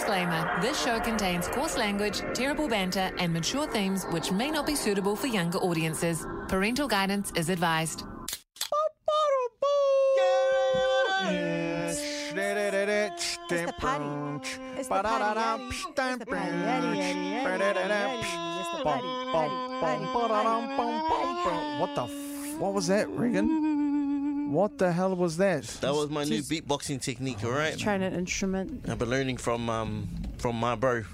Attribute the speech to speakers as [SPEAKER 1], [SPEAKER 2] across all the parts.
[SPEAKER 1] Disclaimer This show contains coarse language, terrible banter, and mature themes which may not be suitable for younger audiences. Parental guidance is advised.
[SPEAKER 2] It's the party. It's the party. It's the party.
[SPEAKER 3] What the f- what was that, Regan? What the hell was that?
[SPEAKER 4] That was my new beatboxing technique, all right?
[SPEAKER 2] Trying an instrument.
[SPEAKER 4] I've been learning from um from my bro.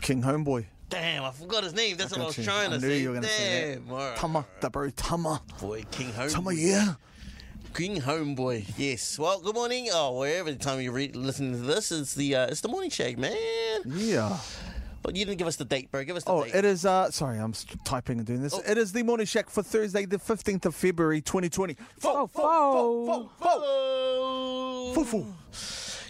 [SPEAKER 3] King Homeboy.
[SPEAKER 4] Damn, I forgot his name. That's what I was
[SPEAKER 3] Gotcha.
[SPEAKER 4] trying to
[SPEAKER 3] I knew
[SPEAKER 4] say.
[SPEAKER 3] you were gonna
[SPEAKER 4] Damn,
[SPEAKER 3] say that.
[SPEAKER 4] all right.
[SPEAKER 3] Tama, the bro Tama.
[SPEAKER 4] boy, King Home.
[SPEAKER 3] Tama, yeah.
[SPEAKER 4] King Homeboy. Yes. Well, good morning. Oh, wherever the time you re- listening to this, it's the uh, it's the morning shake, man.
[SPEAKER 3] Yeah.
[SPEAKER 4] But you didn't give us the date, bro. Give us the
[SPEAKER 3] Mm-hmm. Oh,
[SPEAKER 4] date.
[SPEAKER 3] it is. Uh, sorry, I'm st- typing and doing
[SPEAKER 4] Oh.
[SPEAKER 3] this. It is the morning shack for Thursday, the 15th of February, 2020. Fo, fo, fo, fo,
[SPEAKER 4] Oh.
[SPEAKER 3] fo, fo.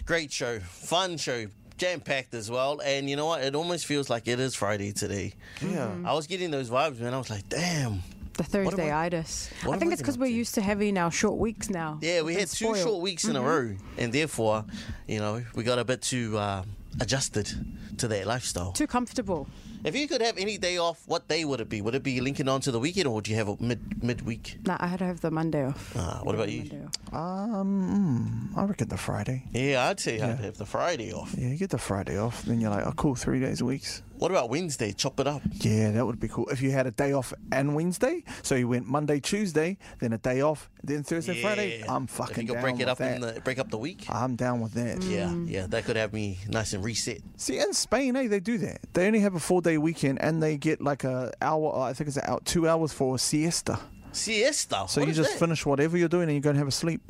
[SPEAKER 4] Great show, fun show, jam packed as well. And you know what? It almost feels like it is Friday today.
[SPEAKER 3] Yeah.
[SPEAKER 4] I was getting those vibes, man. I was like, damn.
[SPEAKER 2] The Thursday
[SPEAKER 4] I-
[SPEAKER 2] itis.
[SPEAKER 4] what
[SPEAKER 2] I
[SPEAKER 4] have
[SPEAKER 2] think
[SPEAKER 4] I
[SPEAKER 2] it's
[SPEAKER 4] been
[SPEAKER 2] because
[SPEAKER 4] up
[SPEAKER 2] we're
[SPEAKER 4] to?
[SPEAKER 2] used to having our short weeks now.
[SPEAKER 4] Yeah, we
[SPEAKER 2] We've
[SPEAKER 4] had
[SPEAKER 2] been
[SPEAKER 4] two short
[SPEAKER 2] spoiled.
[SPEAKER 4] weeks in a
[SPEAKER 3] Mm-hmm.
[SPEAKER 4] row, and therefore, you know, we got a bit too uh, adjusted to that lifestyle.
[SPEAKER 2] Too comfortable.
[SPEAKER 4] If you could have any day off, what day would it be? Would it be linking on to the weekend, or would you have a mid midweek?
[SPEAKER 2] Nah, I had to have the Monday off.
[SPEAKER 4] Uh, what about
[SPEAKER 2] Monday
[SPEAKER 4] you?
[SPEAKER 2] off.
[SPEAKER 3] Um, mm, I reckon the Friday.
[SPEAKER 4] Yeah, I'd say I'd have the Friday off.
[SPEAKER 3] Yeah, you get the Friday off, then you're like, oh, cool, three days a week.
[SPEAKER 4] What about Wednesday? Chop it up.
[SPEAKER 3] Yeah, that would be cool. If you had a day off and Wednesday, so you went Monday, Tuesday, then a day off, then Thursday, Friday.
[SPEAKER 4] Yeah.
[SPEAKER 3] I'm
[SPEAKER 4] If you
[SPEAKER 3] fucking
[SPEAKER 4] could
[SPEAKER 3] down
[SPEAKER 4] break it
[SPEAKER 3] with
[SPEAKER 4] up
[SPEAKER 3] that. Mm.
[SPEAKER 4] in the break up the week.
[SPEAKER 3] I'm down with that.
[SPEAKER 4] Yeah, yeah, that could have me nice and reset.
[SPEAKER 3] See, in Spain, eh, they do that. They only have a four day weekend and they get like a hour, I think it's out two hours for a siesta.
[SPEAKER 4] Siesta.
[SPEAKER 3] So
[SPEAKER 4] What
[SPEAKER 3] you
[SPEAKER 4] is
[SPEAKER 3] just
[SPEAKER 4] that?
[SPEAKER 3] finish whatever you're doing and you go and have a sleep.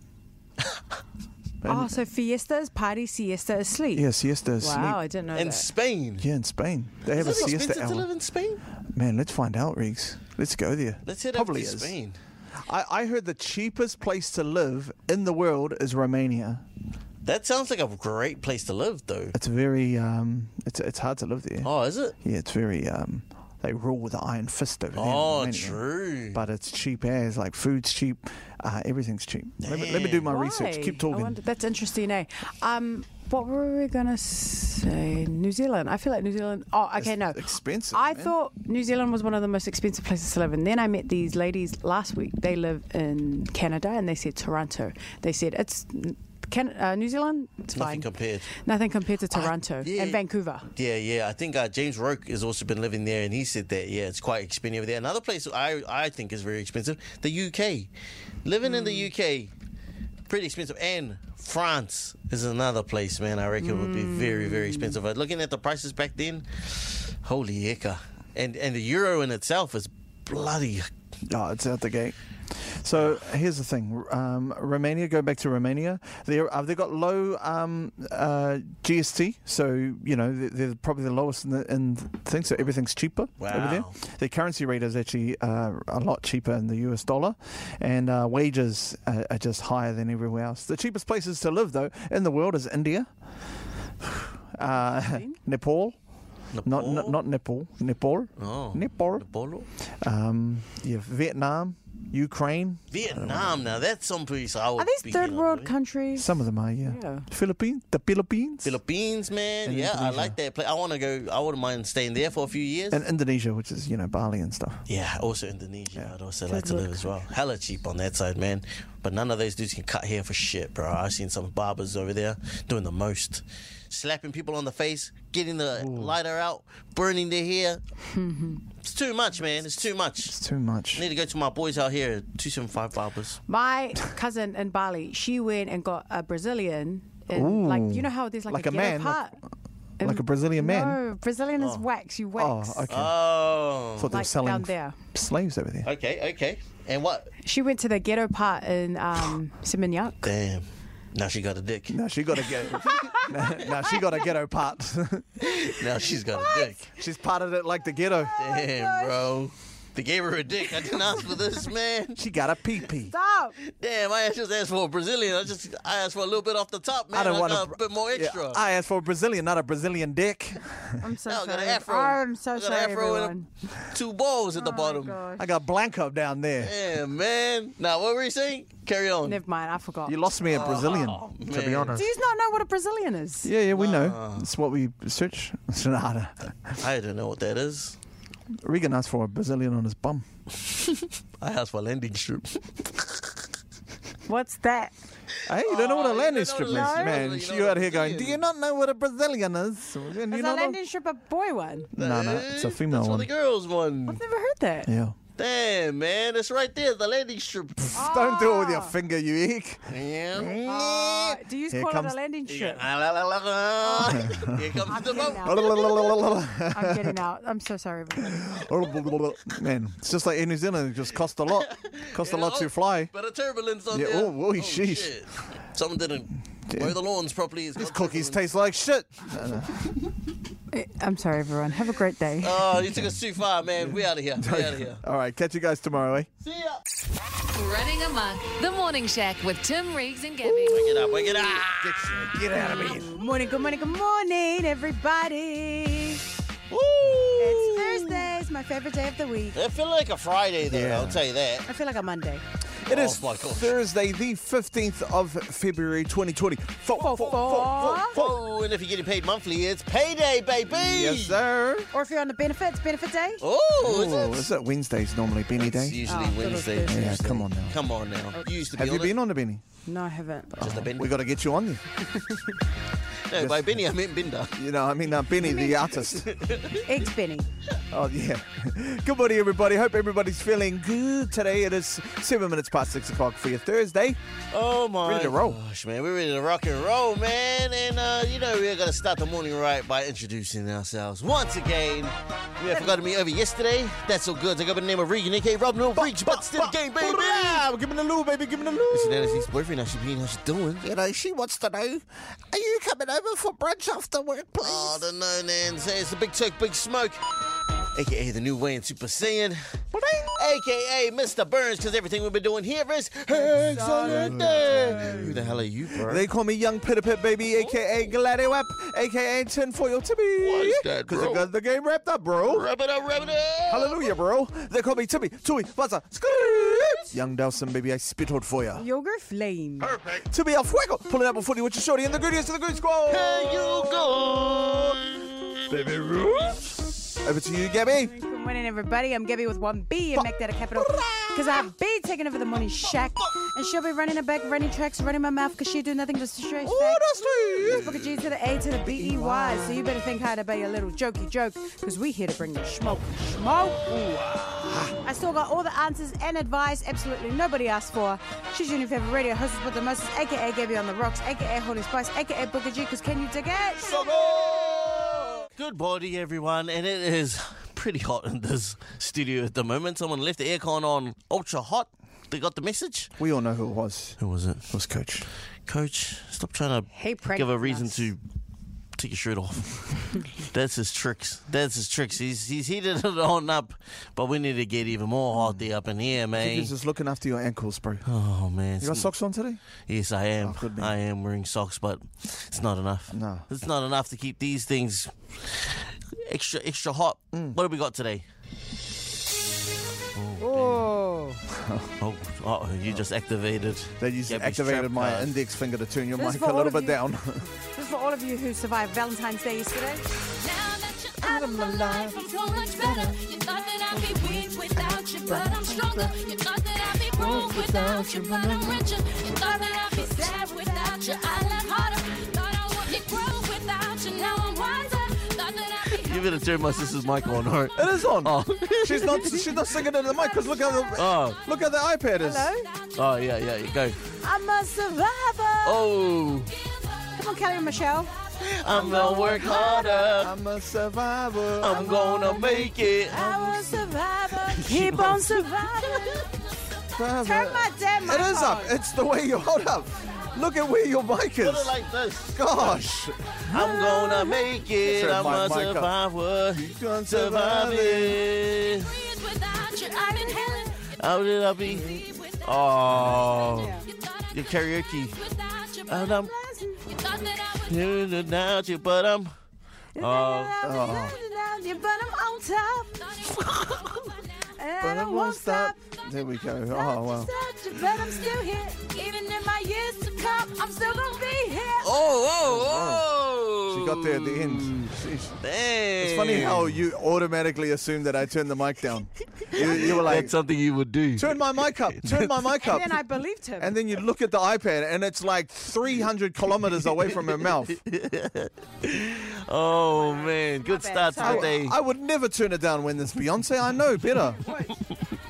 [SPEAKER 2] Oh, so fiesta is party, siesta is sleep.
[SPEAKER 3] Yeah, siesta is
[SPEAKER 2] Wow, I
[SPEAKER 3] sleep.
[SPEAKER 2] didn't know
[SPEAKER 4] in
[SPEAKER 2] that.
[SPEAKER 4] Spain.
[SPEAKER 3] Yeah, in Spain. They have
[SPEAKER 4] Is
[SPEAKER 3] a
[SPEAKER 4] it
[SPEAKER 3] siesta
[SPEAKER 4] expensive to live
[SPEAKER 3] hour.
[SPEAKER 4] in Spain?
[SPEAKER 3] Man, let's find out, Riggs. Let's go there.
[SPEAKER 4] Let's head
[SPEAKER 3] Probably
[SPEAKER 4] up to
[SPEAKER 3] is.
[SPEAKER 4] Spain.
[SPEAKER 3] I, I heard the cheapest place to live in the world is Romania.
[SPEAKER 4] That sounds like a great place to live, though.
[SPEAKER 3] It's very um, it's it's hard to live there.
[SPEAKER 4] Oh, is it?
[SPEAKER 3] Yeah, it's very um, they rule with an iron fist over there. in
[SPEAKER 4] Oh,
[SPEAKER 3] Romania.
[SPEAKER 4] true.
[SPEAKER 3] But it's cheap as like food's cheap, uh, everything's cheap. Let me, let me do my
[SPEAKER 2] Why?
[SPEAKER 3] research. Keep
[SPEAKER 2] I
[SPEAKER 3] talking.
[SPEAKER 2] wonder- that's interesting, eh? Um, what were we gonna say? New Zealand. I feel like New Zealand. Oh, okay,
[SPEAKER 3] It's
[SPEAKER 2] no.
[SPEAKER 3] expensive,
[SPEAKER 2] I
[SPEAKER 3] man.
[SPEAKER 2] thought New Zealand was one of the most expensive places to live in. Then I met these ladies last week. They live in Canada, and they said Toronto. They said it's can, uh, New Zealand. It's
[SPEAKER 4] Nothing
[SPEAKER 2] fine.
[SPEAKER 4] compared.
[SPEAKER 2] Nothing compared to Toronto
[SPEAKER 4] yeah.
[SPEAKER 2] and Vancouver.
[SPEAKER 4] Yeah, yeah. I think uh, James Roke has also been living there, and he said that yeah, it's quite expensive there. Another place I I think is very expensive, the UK. Living in
[SPEAKER 3] Hmm.
[SPEAKER 4] the UK, pretty expensive, and France is another place, man. I reckon would be very very expensive. But looking at the prices back then, holy hecka! and and the euro in itself is bloody.
[SPEAKER 3] Oh, it's out the gate. So here's the thing: um, Romania. Go back to Romania. They're, uh, they've got low um, uh, GST, so you know they're, they're probably the lowest in the in things. So everything's cheaper over there.
[SPEAKER 4] Wow.
[SPEAKER 3] Their currency rate is actually uh, a lot cheaper in the US dollar, and uh, wages are, are just higher than everywhere else. The cheapest places to live, though, in the world is India, uh, Nepal. Not, not not Nepal, Nepal,
[SPEAKER 4] Oh.
[SPEAKER 3] Nepal,
[SPEAKER 4] Nepal.
[SPEAKER 3] um, yeah, Vietnam, Ukraine.
[SPEAKER 4] Vietnam. Now that's someplace I would.
[SPEAKER 2] Are
[SPEAKER 4] be
[SPEAKER 2] these third
[SPEAKER 4] keen on
[SPEAKER 2] world
[SPEAKER 4] doing.
[SPEAKER 2] countries?
[SPEAKER 3] Some of them are, yeah.
[SPEAKER 2] Yeah.
[SPEAKER 3] Philippines, the Philippines,
[SPEAKER 4] Philippines, man.
[SPEAKER 3] And
[SPEAKER 4] yeah, I
[SPEAKER 3] Indonesia.
[SPEAKER 4] like that place. I want to go. I wouldn't mind staying there for a few years.
[SPEAKER 3] and Indonesia, which is you know Bali and stuff.
[SPEAKER 4] yeah, also Indonesia. I'd also
[SPEAKER 2] Third
[SPEAKER 4] like to
[SPEAKER 2] world
[SPEAKER 4] live as well. Hella cheap on that side, man. But none of those dudes can cut hair for shit, bro. I've seen some barbers over there doing the most, slapping people on the face, getting the lighter out, burning their hair. it's too much, man. It's too much.
[SPEAKER 3] It's too much.
[SPEAKER 4] I need to go to my boys out here, two seven five barbers.
[SPEAKER 2] My cousin in Bali, she went and got a Brazilian. In,
[SPEAKER 3] Ooh.
[SPEAKER 2] like you know how there's like,
[SPEAKER 3] Like
[SPEAKER 2] a,
[SPEAKER 3] a
[SPEAKER 2] ghetto
[SPEAKER 3] man, like-
[SPEAKER 2] part. in-
[SPEAKER 3] like a Brazilian man?
[SPEAKER 2] No, Brazilian is wax. You
[SPEAKER 3] Oh,
[SPEAKER 2] wax.
[SPEAKER 3] okay.
[SPEAKER 4] Oh,
[SPEAKER 3] Thought they were
[SPEAKER 2] like
[SPEAKER 3] selling
[SPEAKER 2] down there.
[SPEAKER 3] slaves over there.
[SPEAKER 4] okay, okay. And what?
[SPEAKER 2] She went to the ghetto part in um, Seminyak.
[SPEAKER 4] Damn. Now she got a dick.
[SPEAKER 3] No, she got a ghetto. no, no, she got a ghetto part.
[SPEAKER 4] Now she's got a dick.
[SPEAKER 3] Oh She's parted it like the ghetto.
[SPEAKER 4] Damn, bro. They gave her a dick. I didn't ask for this, man.
[SPEAKER 3] She got a pee pee.
[SPEAKER 2] Stop.
[SPEAKER 4] Damn, I just asked for a Brazilian. I just I asked for a little bit off the top, man.
[SPEAKER 3] I
[SPEAKER 4] I,
[SPEAKER 3] don't want
[SPEAKER 4] got a bit more extra.
[SPEAKER 3] I asked for a Brazilian, not a Brazilian dick.
[SPEAKER 2] I'm so
[SPEAKER 4] No, I got
[SPEAKER 2] sorry.
[SPEAKER 4] an afro.
[SPEAKER 2] I'm so
[SPEAKER 4] I got an
[SPEAKER 2] sorry,
[SPEAKER 4] afro and a-
[SPEAKER 2] everyone.
[SPEAKER 4] Two balls at the bottom.
[SPEAKER 2] Oh my
[SPEAKER 3] I
[SPEAKER 2] gosh.
[SPEAKER 3] got Blanco down there.
[SPEAKER 4] Damn, man. Now, what were you saying? Carry on.
[SPEAKER 2] Never mind. I forgot.
[SPEAKER 3] You lost me at Brazilian,
[SPEAKER 2] Oh,
[SPEAKER 3] to be
[SPEAKER 4] man.
[SPEAKER 3] honest.
[SPEAKER 2] Do you not know what a Brazilian is?
[SPEAKER 3] Yeah, yeah, we
[SPEAKER 2] Ah.
[SPEAKER 3] know. It's what we search. Sonata.
[SPEAKER 4] I don't know what that is.
[SPEAKER 3] Regan asked for a Brazilian on his bum.
[SPEAKER 4] I asked for a landing strip.
[SPEAKER 2] What's that?
[SPEAKER 3] Hey, you don't know what a
[SPEAKER 4] you
[SPEAKER 3] landing
[SPEAKER 4] don't know
[SPEAKER 3] strip is,
[SPEAKER 4] the Brazilian,
[SPEAKER 3] man.
[SPEAKER 4] you know
[SPEAKER 3] you
[SPEAKER 4] the
[SPEAKER 3] out here going, do
[SPEAKER 4] Brazilian.
[SPEAKER 3] you not know what a Brazilian is? And you not
[SPEAKER 2] Is a
[SPEAKER 3] know-
[SPEAKER 2] landing strip a boy one?
[SPEAKER 3] No, no, it's a
[SPEAKER 4] Eh,
[SPEAKER 3] female
[SPEAKER 4] That's for
[SPEAKER 3] one.
[SPEAKER 4] the girls one.
[SPEAKER 2] I've never heard that.
[SPEAKER 3] Yeah.
[SPEAKER 4] Damn, man. It's right there, the landing strip.
[SPEAKER 3] Don't do it with your finger, you eek.
[SPEAKER 4] Yeah.
[SPEAKER 2] Uh, do you
[SPEAKER 3] Here
[SPEAKER 2] call
[SPEAKER 3] comes-
[SPEAKER 2] it a landing strip?
[SPEAKER 4] Here comes the
[SPEAKER 2] Getting
[SPEAKER 4] boat.
[SPEAKER 2] out. I'm getting out. I'm so sorry. everyone.
[SPEAKER 3] Man, it's just like in New Zealand. It just cost a lot. Cost a lot
[SPEAKER 4] Oh,
[SPEAKER 3] to fly.
[SPEAKER 4] But a turbulence on
[SPEAKER 3] Yeah,
[SPEAKER 4] there.
[SPEAKER 3] oh, whoa, sheesh.
[SPEAKER 4] shit. Someone didn't mow the lawns properly. It's
[SPEAKER 3] These
[SPEAKER 4] got
[SPEAKER 3] cookies
[SPEAKER 4] turbulence.
[SPEAKER 3] taste like shit.
[SPEAKER 2] Eh, I'm sorry, everyone. Have a great day.
[SPEAKER 4] Oh, you took us too far, man. We out of here. We out of here.
[SPEAKER 3] All right, catch you guys tomorrow, eh?
[SPEAKER 4] See ya.
[SPEAKER 1] Running Amok, The Morning Shack with Tim Reeves and Gabby.
[SPEAKER 4] Wake it up. Wake it up.
[SPEAKER 3] Get out of here.
[SPEAKER 2] Morning, good morning, good morning, everybody.
[SPEAKER 4] Woo.
[SPEAKER 2] It's Thursday. It's my favorite day of the week.
[SPEAKER 4] It feel like a Friday though.
[SPEAKER 3] Yeah.
[SPEAKER 4] I'll tell you that.
[SPEAKER 2] I feel like a Monday.
[SPEAKER 3] It
[SPEAKER 4] Oh
[SPEAKER 3] is
[SPEAKER 4] my gosh.
[SPEAKER 3] Thursday, the 15th of February, 2020. Fo- fo- fo- fo- fo-
[SPEAKER 4] Oh, and if you're getting paid monthly, it's payday, baby.
[SPEAKER 3] Yes, sir.
[SPEAKER 2] Or if you're on the benefits, benefit day.
[SPEAKER 4] Oh, is
[SPEAKER 3] Oh,
[SPEAKER 4] it?
[SPEAKER 3] is it Wednesday's normally Benny
[SPEAKER 4] It's
[SPEAKER 3] Day?
[SPEAKER 4] usually
[SPEAKER 2] Oh,
[SPEAKER 4] Wednesday.
[SPEAKER 2] little
[SPEAKER 3] Yeah,
[SPEAKER 4] Tuesday.
[SPEAKER 3] come on now.
[SPEAKER 4] Come on now. You used to
[SPEAKER 3] Have
[SPEAKER 4] be
[SPEAKER 3] you
[SPEAKER 4] on
[SPEAKER 3] been on a Benny?
[SPEAKER 2] No, I haven't.
[SPEAKER 4] it. Just a Benny.
[SPEAKER 3] We got to get you on there.
[SPEAKER 4] No, by Benny I meant Binder.
[SPEAKER 3] You know, I mean, uh, Benny the artist.
[SPEAKER 2] Eggs Benny.
[SPEAKER 3] Oh, yeah. Good morning, everybody. Hope everybody's feeling good today. It is seven minutes past six o'clock for your Thursday.
[SPEAKER 4] Oh my
[SPEAKER 3] Ready to roll.
[SPEAKER 4] gosh, man. We're ready to rock and roll, man. And uh, you know, we're gonna start the morning right by introducing ourselves once again. We have forgotten me over yesterday. That's all good. I got the name of Regan, aka Rob No Breach, but still the game, baby.
[SPEAKER 3] Blah, Give me the loo, baby. Give me the
[SPEAKER 4] It's
[SPEAKER 3] loo.
[SPEAKER 4] Nancy's boyfriend, how she being, how she doing.
[SPEAKER 3] You know, she wants to know, are you coming over for brunch after work, please?
[SPEAKER 4] Oh, I don't know, Nan. Say it's the Big Toke, Big Smoke, aka the new way in Super Saiyan, aka Mr. Burns, because everything we've been doing here is excellent. Who the hell are you, bro?
[SPEAKER 3] They call me Young Pitter Pit Baby, aka Gladiwap, aka Tinfoil Timmy.
[SPEAKER 4] Why is that,
[SPEAKER 3] Because I
[SPEAKER 4] bro?
[SPEAKER 3] got the game wrapped up, bro.
[SPEAKER 4] Wrap it up, wrap it up.
[SPEAKER 3] Hallelujah, bro. They call me Timmy, Tui, Baza, Young Dawson, baby, I spit hot for ya.
[SPEAKER 2] Yogurt flame.
[SPEAKER 3] Timmy El Fuego, pulling up a footy with your shorty and the goodies to the good squad.
[SPEAKER 4] There you go. Baby Ruth.
[SPEAKER 3] Over to you, Gabby.
[SPEAKER 2] Good morning, everybody. I'm Gabby with one B and make that a capital. Because I'll be taking over the morning shack. And she'll be running her back, running tracks, running my mouth because she'll do nothing but straight
[SPEAKER 3] Oh,
[SPEAKER 2] back.
[SPEAKER 3] that's sweet.
[SPEAKER 2] Book a G to the A to the B E Y. So you better think hard about your little jokey joke, because we here to bring the smoke. Smoke. I still got all the answers and advice absolutely nobody asked for. She's your new favorite radio host with the most, aka Gabby on the Rocks, aka Holy Spice, aka Booker G, because can you dig it?
[SPEAKER 4] Good body, everyone, and it is pretty hot in this studio at the moment. Someone left the aircon on ultra hot. They got the message.
[SPEAKER 3] We all know who it was.
[SPEAKER 4] Who was it?
[SPEAKER 3] It was Coach.
[SPEAKER 4] Coach, stop trying to
[SPEAKER 2] He pranked
[SPEAKER 4] give a reason
[SPEAKER 2] us.
[SPEAKER 4] to take your shirt off. That's his tricks. That's his tricks. He's he's heated it on up, but we need to get even more hotty up in here,
[SPEAKER 3] He
[SPEAKER 4] man.
[SPEAKER 3] was just looking after your ankles, bro.
[SPEAKER 4] Oh man,
[SPEAKER 3] You got socks on today?
[SPEAKER 4] Yes, I am.
[SPEAKER 3] Oh, good man.
[SPEAKER 4] I am wearing socks, but it's not enough.
[SPEAKER 3] No.
[SPEAKER 4] It's not enough to keep these things extra extra hot.
[SPEAKER 3] Mm.
[SPEAKER 4] What have we got today?
[SPEAKER 2] Oh.
[SPEAKER 4] Oh, oh you just activated.
[SPEAKER 3] They just
[SPEAKER 4] Gabby's
[SPEAKER 3] activated
[SPEAKER 4] trap
[SPEAKER 3] my
[SPEAKER 4] card.
[SPEAKER 3] index finger to turn your
[SPEAKER 2] This
[SPEAKER 3] mic
[SPEAKER 2] is
[SPEAKER 3] a
[SPEAKER 2] for all
[SPEAKER 3] little
[SPEAKER 2] of
[SPEAKER 3] bit
[SPEAKER 2] you.
[SPEAKER 3] down.
[SPEAKER 2] This is for all of you who survived Valentine's Day yesterday.
[SPEAKER 5] Now that you're out of my life, I'm so much better. You thought that I'd be weak without you, but I'm stronger. You thought that I'd be broke without you, but I'm richer. You thought that I'd be sad without you, I laugh harder. You thought I wouldn't grow without you, now I'm wiser. Thought that I'd be
[SPEAKER 4] You better turn my sister's mic on, alright?
[SPEAKER 3] It is on.
[SPEAKER 4] Oh.
[SPEAKER 3] she's not. She's not singing into the mic because look how the
[SPEAKER 4] Oh,
[SPEAKER 3] look how the iPad is.
[SPEAKER 2] Hello?
[SPEAKER 4] oh yeah, yeah, you go.
[SPEAKER 2] I'm a survivor.
[SPEAKER 4] Oh,
[SPEAKER 2] Come on, Kelly and Michelle.
[SPEAKER 4] I'm gonna work harder.
[SPEAKER 3] I'm a survivor.
[SPEAKER 4] I'm gonna make it.
[SPEAKER 2] I'm a survivor. Keep on surviving.
[SPEAKER 3] survivor.
[SPEAKER 2] Turn my damn mic
[SPEAKER 3] It is up.
[SPEAKER 2] on.
[SPEAKER 3] It's the way you hold up. Look at where your mic is.
[SPEAKER 4] Put it like this.
[SPEAKER 3] Gosh.
[SPEAKER 4] I'm gonna make it.
[SPEAKER 3] Turn
[SPEAKER 4] I'm
[SPEAKER 3] my
[SPEAKER 4] a
[SPEAKER 3] mic up.
[SPEAKER 4] survivor.
[SPEAKER 3] gonna survive
[SPEAKER 4] Survive it.
[SPEAKER 5] free without you. I've been helen.
[SPEAKER 4] How did I be? Oh, your karaoke. And I'm doing it now, too, but I'm. Oh,
[SPEAKER 2] But I'm on top. And I
[SPEAKER 3] But it
[SPEAKER 2] won't stop.
[SPEAKER 3] There we go. Oh, wow.
[SPEAKER 2] But I'm still here. Even in my years to come, I'm still gonna be here.
[SPEAKER 4] Oh, whoa, whoa.
[SPEAKER 3] She got there at the end. Sheesh.
[SPEAKER 4] Dang.
[SPEAKER 3] It's funny how you automatically assume that I turned the mic down. You, you were like,
[SPEAKER 4] That's something you would do.
[SPEAKER 3] turn my mic up, turn my mic up.
[SPEAKER 2] And then I believed him.
[SPEAKER 3] And then you look at the iPad and it's like 300 kilometers away from her mouth.
[SPEAKER 4] Oh, man. Good
[SPEAKER 2] bad.
[SPEAKER 4] start to the day.
[SPEAKER 3] I would never turn it down when it's Beyonce. I know better.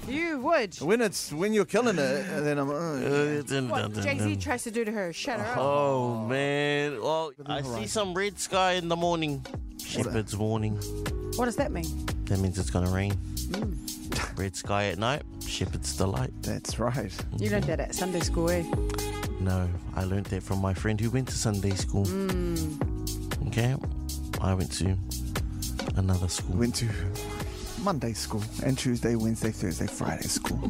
[SPEAKER 2] you would.
[SPEAKER 3] When it's when you're killing it, and then I'm. Uh,
[SPEAKER 2] What Jay Z tries to do to her? Shut her up.
[SPEAKER 4] Oh, man. Well, I see some red sky in the morning. Shepherd's warning.
[SPEAKER 3] Uh-huh.
[SPEAKER 2] What does that mean?
[SPEAKER 4] That means it's going to rain.
[SPEAKER 3] Mm.
[SPEAKER 4] Red sky at night. Shepherd's delight.
[SPEAKER 3] that's right.
[SPEAKER 2] You learned that at Sunday school, eh?
[SPEAKER 4] No, I learned that from my friend who went to Sunday school. Hmm. Okay, I went to another school.
[SPEAKER 3] Went to Monday school and Tuesday, Wednesday, Thursday, Friday school.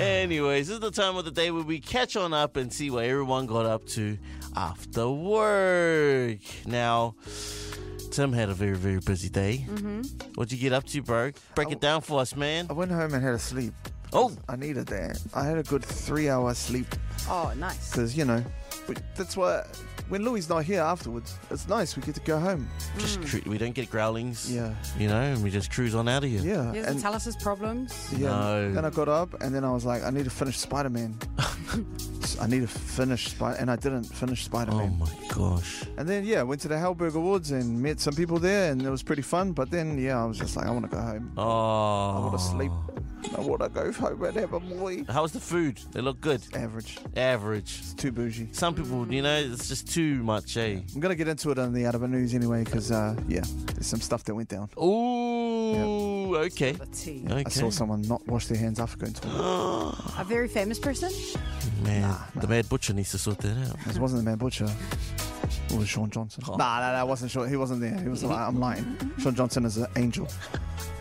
[SPEAKER 4] Anyways, this is the time of the day where we catch on up and see what everyone got up to after work. Now, Tim had a very, very busy day. Mm-hmm. What'd you get up to, bro? Break it down for us, man.
[SPEAKER 3] I went home and had a sleep.
[SPEAKER 4] Oh,
[SPEAKER 3] I needed that. I had a good three-hour sleep
[SPEAKER 2] Oh, nice.
[SPEAKER 3] because you know, we, that's why when Louis not here afterwards, it's nice we get to go home.
[SPEAKER 4] just cru- we don't get growlings.
[SPEAKER 3] Mm. Yeah.
[SPEAKER 4] You know, and we just cruise on out of here.
[SPEAKER 3] Yeah,
[SPEAKER 2] He doesn't
[SPEAKER 3] and
[SPEAKER 2] tell us his problems.
[SPEAKER 3] yeah.
[SPEAKER 4] No.
[SPEAKER 3] Then I got up and then I was like, I need to finish Spider-Man. I need to finish Spider, and I didn't finish
[SPEAKER 4] Oh
[SPEAKER 3] Spider-Man.
[SPEAKER 4] my gosh.
[SPEAKER 3] And then yeah, went to the Halberg Awards and met some people there, and it was pretty fun. But then yeah, I was just like, I want to go home.
[SPEAKER 4] Oh.
[SPEAKER 3] I want to sleep. I want to go home and have a boy.
[SPEAKER 4] How was the food? They look good.
[SPEAKER 3] Average.
[SPEAKER 4] Average.
[SPEAKER 3] It's too bougie.
[SPEAKER 4] Some people, you know, it's just too much, eh?
[SPEAKER 3] I'm gonna get into it on the Adaba news anyway, because uh, yeah, there's some stuff that went down.
[SPEAKER 4] Ooh, okay.
[SPEAKER 2] The tea.
[SPEAKER 4] Okay.
[SPEAKER 3] I saw someone not wash their hands after going to the toilet.
[SPEAKER 2] A very famous person?
[SPEAKER 4] Man, the mad butcher needs to sort that out.
[SPEAKER 3] This wasn't the man butcher. It was Sean Johnson. Nah, nah, nah, wasn't Sean. He wasn't there. He was. li- I'm lying. Sean Johnson is an angel.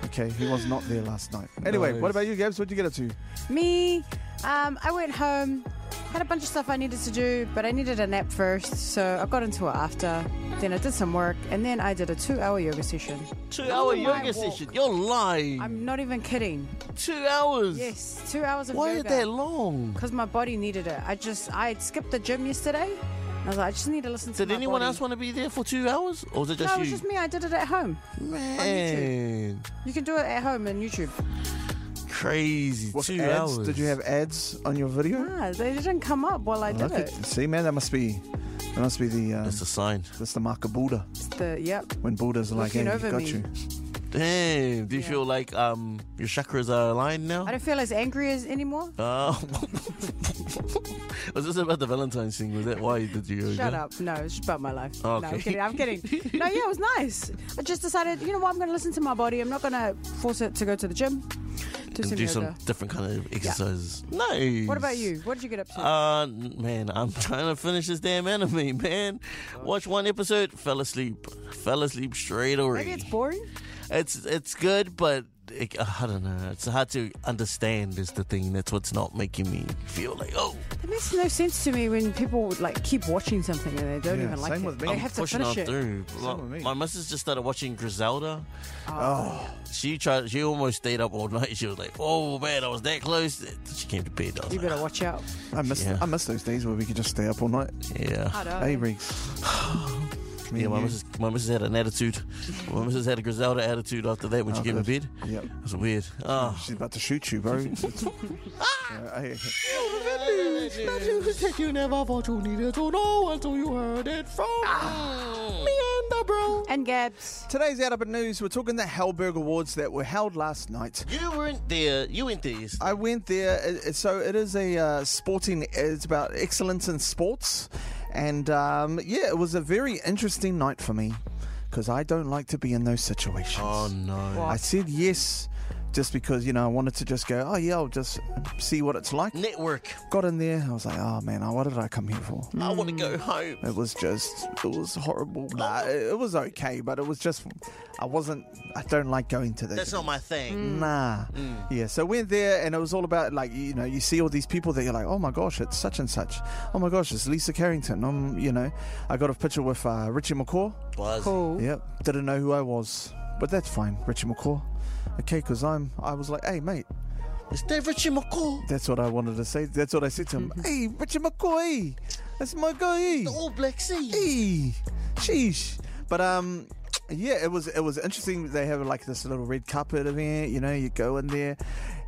[SPEAKER 3] Okay, he was not there last night. Anyway, what about you, Gabs? What'd you get up to?
[SPEAKER 2] Me. Um, I went home, had a bunch of stuff I needed to do, but I needed a nap first, so I got into it after. Then I did some work, and then I did a two-hour yoga session.
[SPEAKER 4] Two hour
[SPEAKER 2] my
[SPEAKER 4] yoga
[SPEAKER 2] walk.
[SPEAKER 4] session. You're lying.
[SPEAKER 2] I'm not even kidding.
[SPEAKER 4] Two hours.
[SPEAKER 2] Yes, two hours of yoga.
[SPEAKER 4] Why is that long?
[SPEAKER 2] Because my body needed it. I just I skipped the gym yesterday. I was like, I just need to listen to.
[SPEAKER 4] Did
[SPEAKER 2] my
[SPEAKER 4] anyone
[SPEAKER 2] body.
[SPEAKER 4] else want to be there for two hours? Or was it just
[SPEAKER 2] No, it was
[SPEAKER 4] you?
[SPEAKER 2] just me. I did it at home.
[SPEAKER 4] Man,
[SPEAKER 2] You can do it at home on YouTube.
[SPEAKER 4] crazy.
[SPEAKER 3] What
[SPEAKER 4] two
[SPEAKER 3] ads?
[SPEAKER 4] hours.
[SPEAKER 3] Did you have ads on your video?
[SPEAKER 2] Ah, they didn't come up while I did
[SPEAKER 3] Look at-
[SPEAKER 2] it.
[SPEAKER 3] See, man, that must be. That must be the. Uh,
[SPEAKER 4] That's a sign.
[SPEAKER 3] that's the mark of Buddha.
[SPEAKER 2] It's the yep.
[SPEAKER 3] When Buddha's like, "Hey,
[SPEAKER 2] Looking
[SPEAKER 3] got
[SPEAKER 2] over me.
[SPEAKER 3] you."
[SPEAKER 4] Damn. Do you
[SPEAKER 2] Yeah.
[SPEAKER 4] feel like um your chakras are aligned now?
[SPEAKER 2] I don't feel as angry as anymore.
[SPEAKER 4] Uh, was this about the Valentine's thing? Was that why you did your yoga?
[SPEAKER 2] Shut up. No, it's just about my life. No, I'm
[SPEAKER 4] Oh, Okay.
[SPEAKER 2] kidding. I'm kidding. No, yeah, it was nice. I just decided, you know what, I'm going to listen to my body. I'm not going to force it to go to the gym. Do
[SPEAKER 4] and
[SPEAKER 2] some
[SPEAKER 4] do
[SPEAKER 2] yoga.
[SPEAKER 4] some different kind of exercises. Nice.
[SPEAKER 2] What about you? What did you get up to?
[SPEAKER 4] Uh, n- man, I'm trying to finish this damn anime, man. Watch one episode, fell asleep, fell asleep straight
[SPEAKER 2] Maybe
[SPEAKER 4] away.
[SPEAKER 2] it's boring.
[SPEAKER 4] It's it's good, but it, uh, I don't know. It's hard to understand. Is the thing that's what's not making me feel like oh,
[SPEAKER 2] It makes no sense to me when people would like keep watching something and they don't
[SPEAKER 3] Yeah,
[SPEAKER 2] even like
[SPEAKER 3] same
[SPEAKER 2] it.
[SPEAKER 3] with me.
[SPEAKER 2] They
[SPEAKER 3] I'm
[SPEAKER 2] have to
[SPEAKER 4] pushing
[SPEAKER 2] finish
[SPEAKER 4] on
[SPEAKER 2] it.
[SPEAKER 4] through. My,
[SPEAKER 3] with me.
[SPEAKER 4] my missus just started watching Griselda.
[SPEAKER 3] Oh,
[SPEAKER 4] She tried. She almost stayed up all night. She was like, "Oh man, I was that close." She came to bed. I was
[SPEAKER 2] You
[SPEAKER 4] like,
[SPEAKER 2] better watch out.
[SPEAKER 3] I miss.
[SPEAKER 4] Yeah.
[SPEAKER 3] I miss those days where we could just stay up all night.
[SPEAKER 4] "Ah, "Yeah,
[SPEAKER 2] I don't.
[SPEAKER 3] Hey, Riggs. Me
[SPEAKER 4] yeah."
[SPEAKER 3] and
[SPEAKER 4] My
[SPEAKER 3] you.
[SPEAKER 4] missus, my missus had an attitude. My missus had a Griselda attitude after that when she came to bed.
[SPEAKER 3] Oh, Yep.
[SPEAKER 4] It was weird. Oh,
[SPEAKER 3] She's about to shoot you, bro. Yeah, I-
[SPEAKER 2] And Gabs.
[SPEAKER 3] Today's out of the news. We're talking the Halberg Awards that were held last night.
[SPEAKER 4] You weren't there. You went there. yesterday.
[SPEAKER 3] I went there, uh, uh, so it is a uh, sporting. It's about excellence in sports, and um, yeah, it was a very interesting night for me because I don't like to be in those situations.
[SPEAKER 4] Oh no.
[SPEAKER 3] I said yes just because you know I wanted to just go. Oh yeah, I'll just see what it's like.
[SPEAKER 4] Network.
[SPEAKER 3] Got in there, I was like, oh man, oh, what did I come here for?
[SPEAKER 4] I want to
[SPEAKER 3] Mm.
[SPEAKER 4] go home.
[SPEAKER 3] It was just, it was horrible. Nah, it it was okay, but it was just, I wasn't, I don't like going to this.
[SPEAKER 4] That's not my thing.
[SPEAKER 3] Nah. Yeah, so went there and it was all about like, you know, you see all these people that you're like, oh my gosh, it's such and such. Oh my gosh, it's Lisa Carrington. Um, you know, I got a picture with uh, Richie McCaw.
[SPEAKER 4] Was
[SPEAKER 2] Cool.
[SPEAKER 3] Yep. Didn't know who I was, but that's fine, Richie McCaw. Okay, because I'm, I was like, hey mate,
[SPEAKER 4] is that Richie McCaw?
[SPEAKER 3] that's what I wanted to say. That's what I said to him. hey, Richie McCaw, eh? that's my guy. eh?
[SPEAKER 4] The All Black Sea.
[SPEAKER 3] Hey, sheesh. But um, yeah, it was it was interesting. They have like this little red carpet event. You know, you go in there,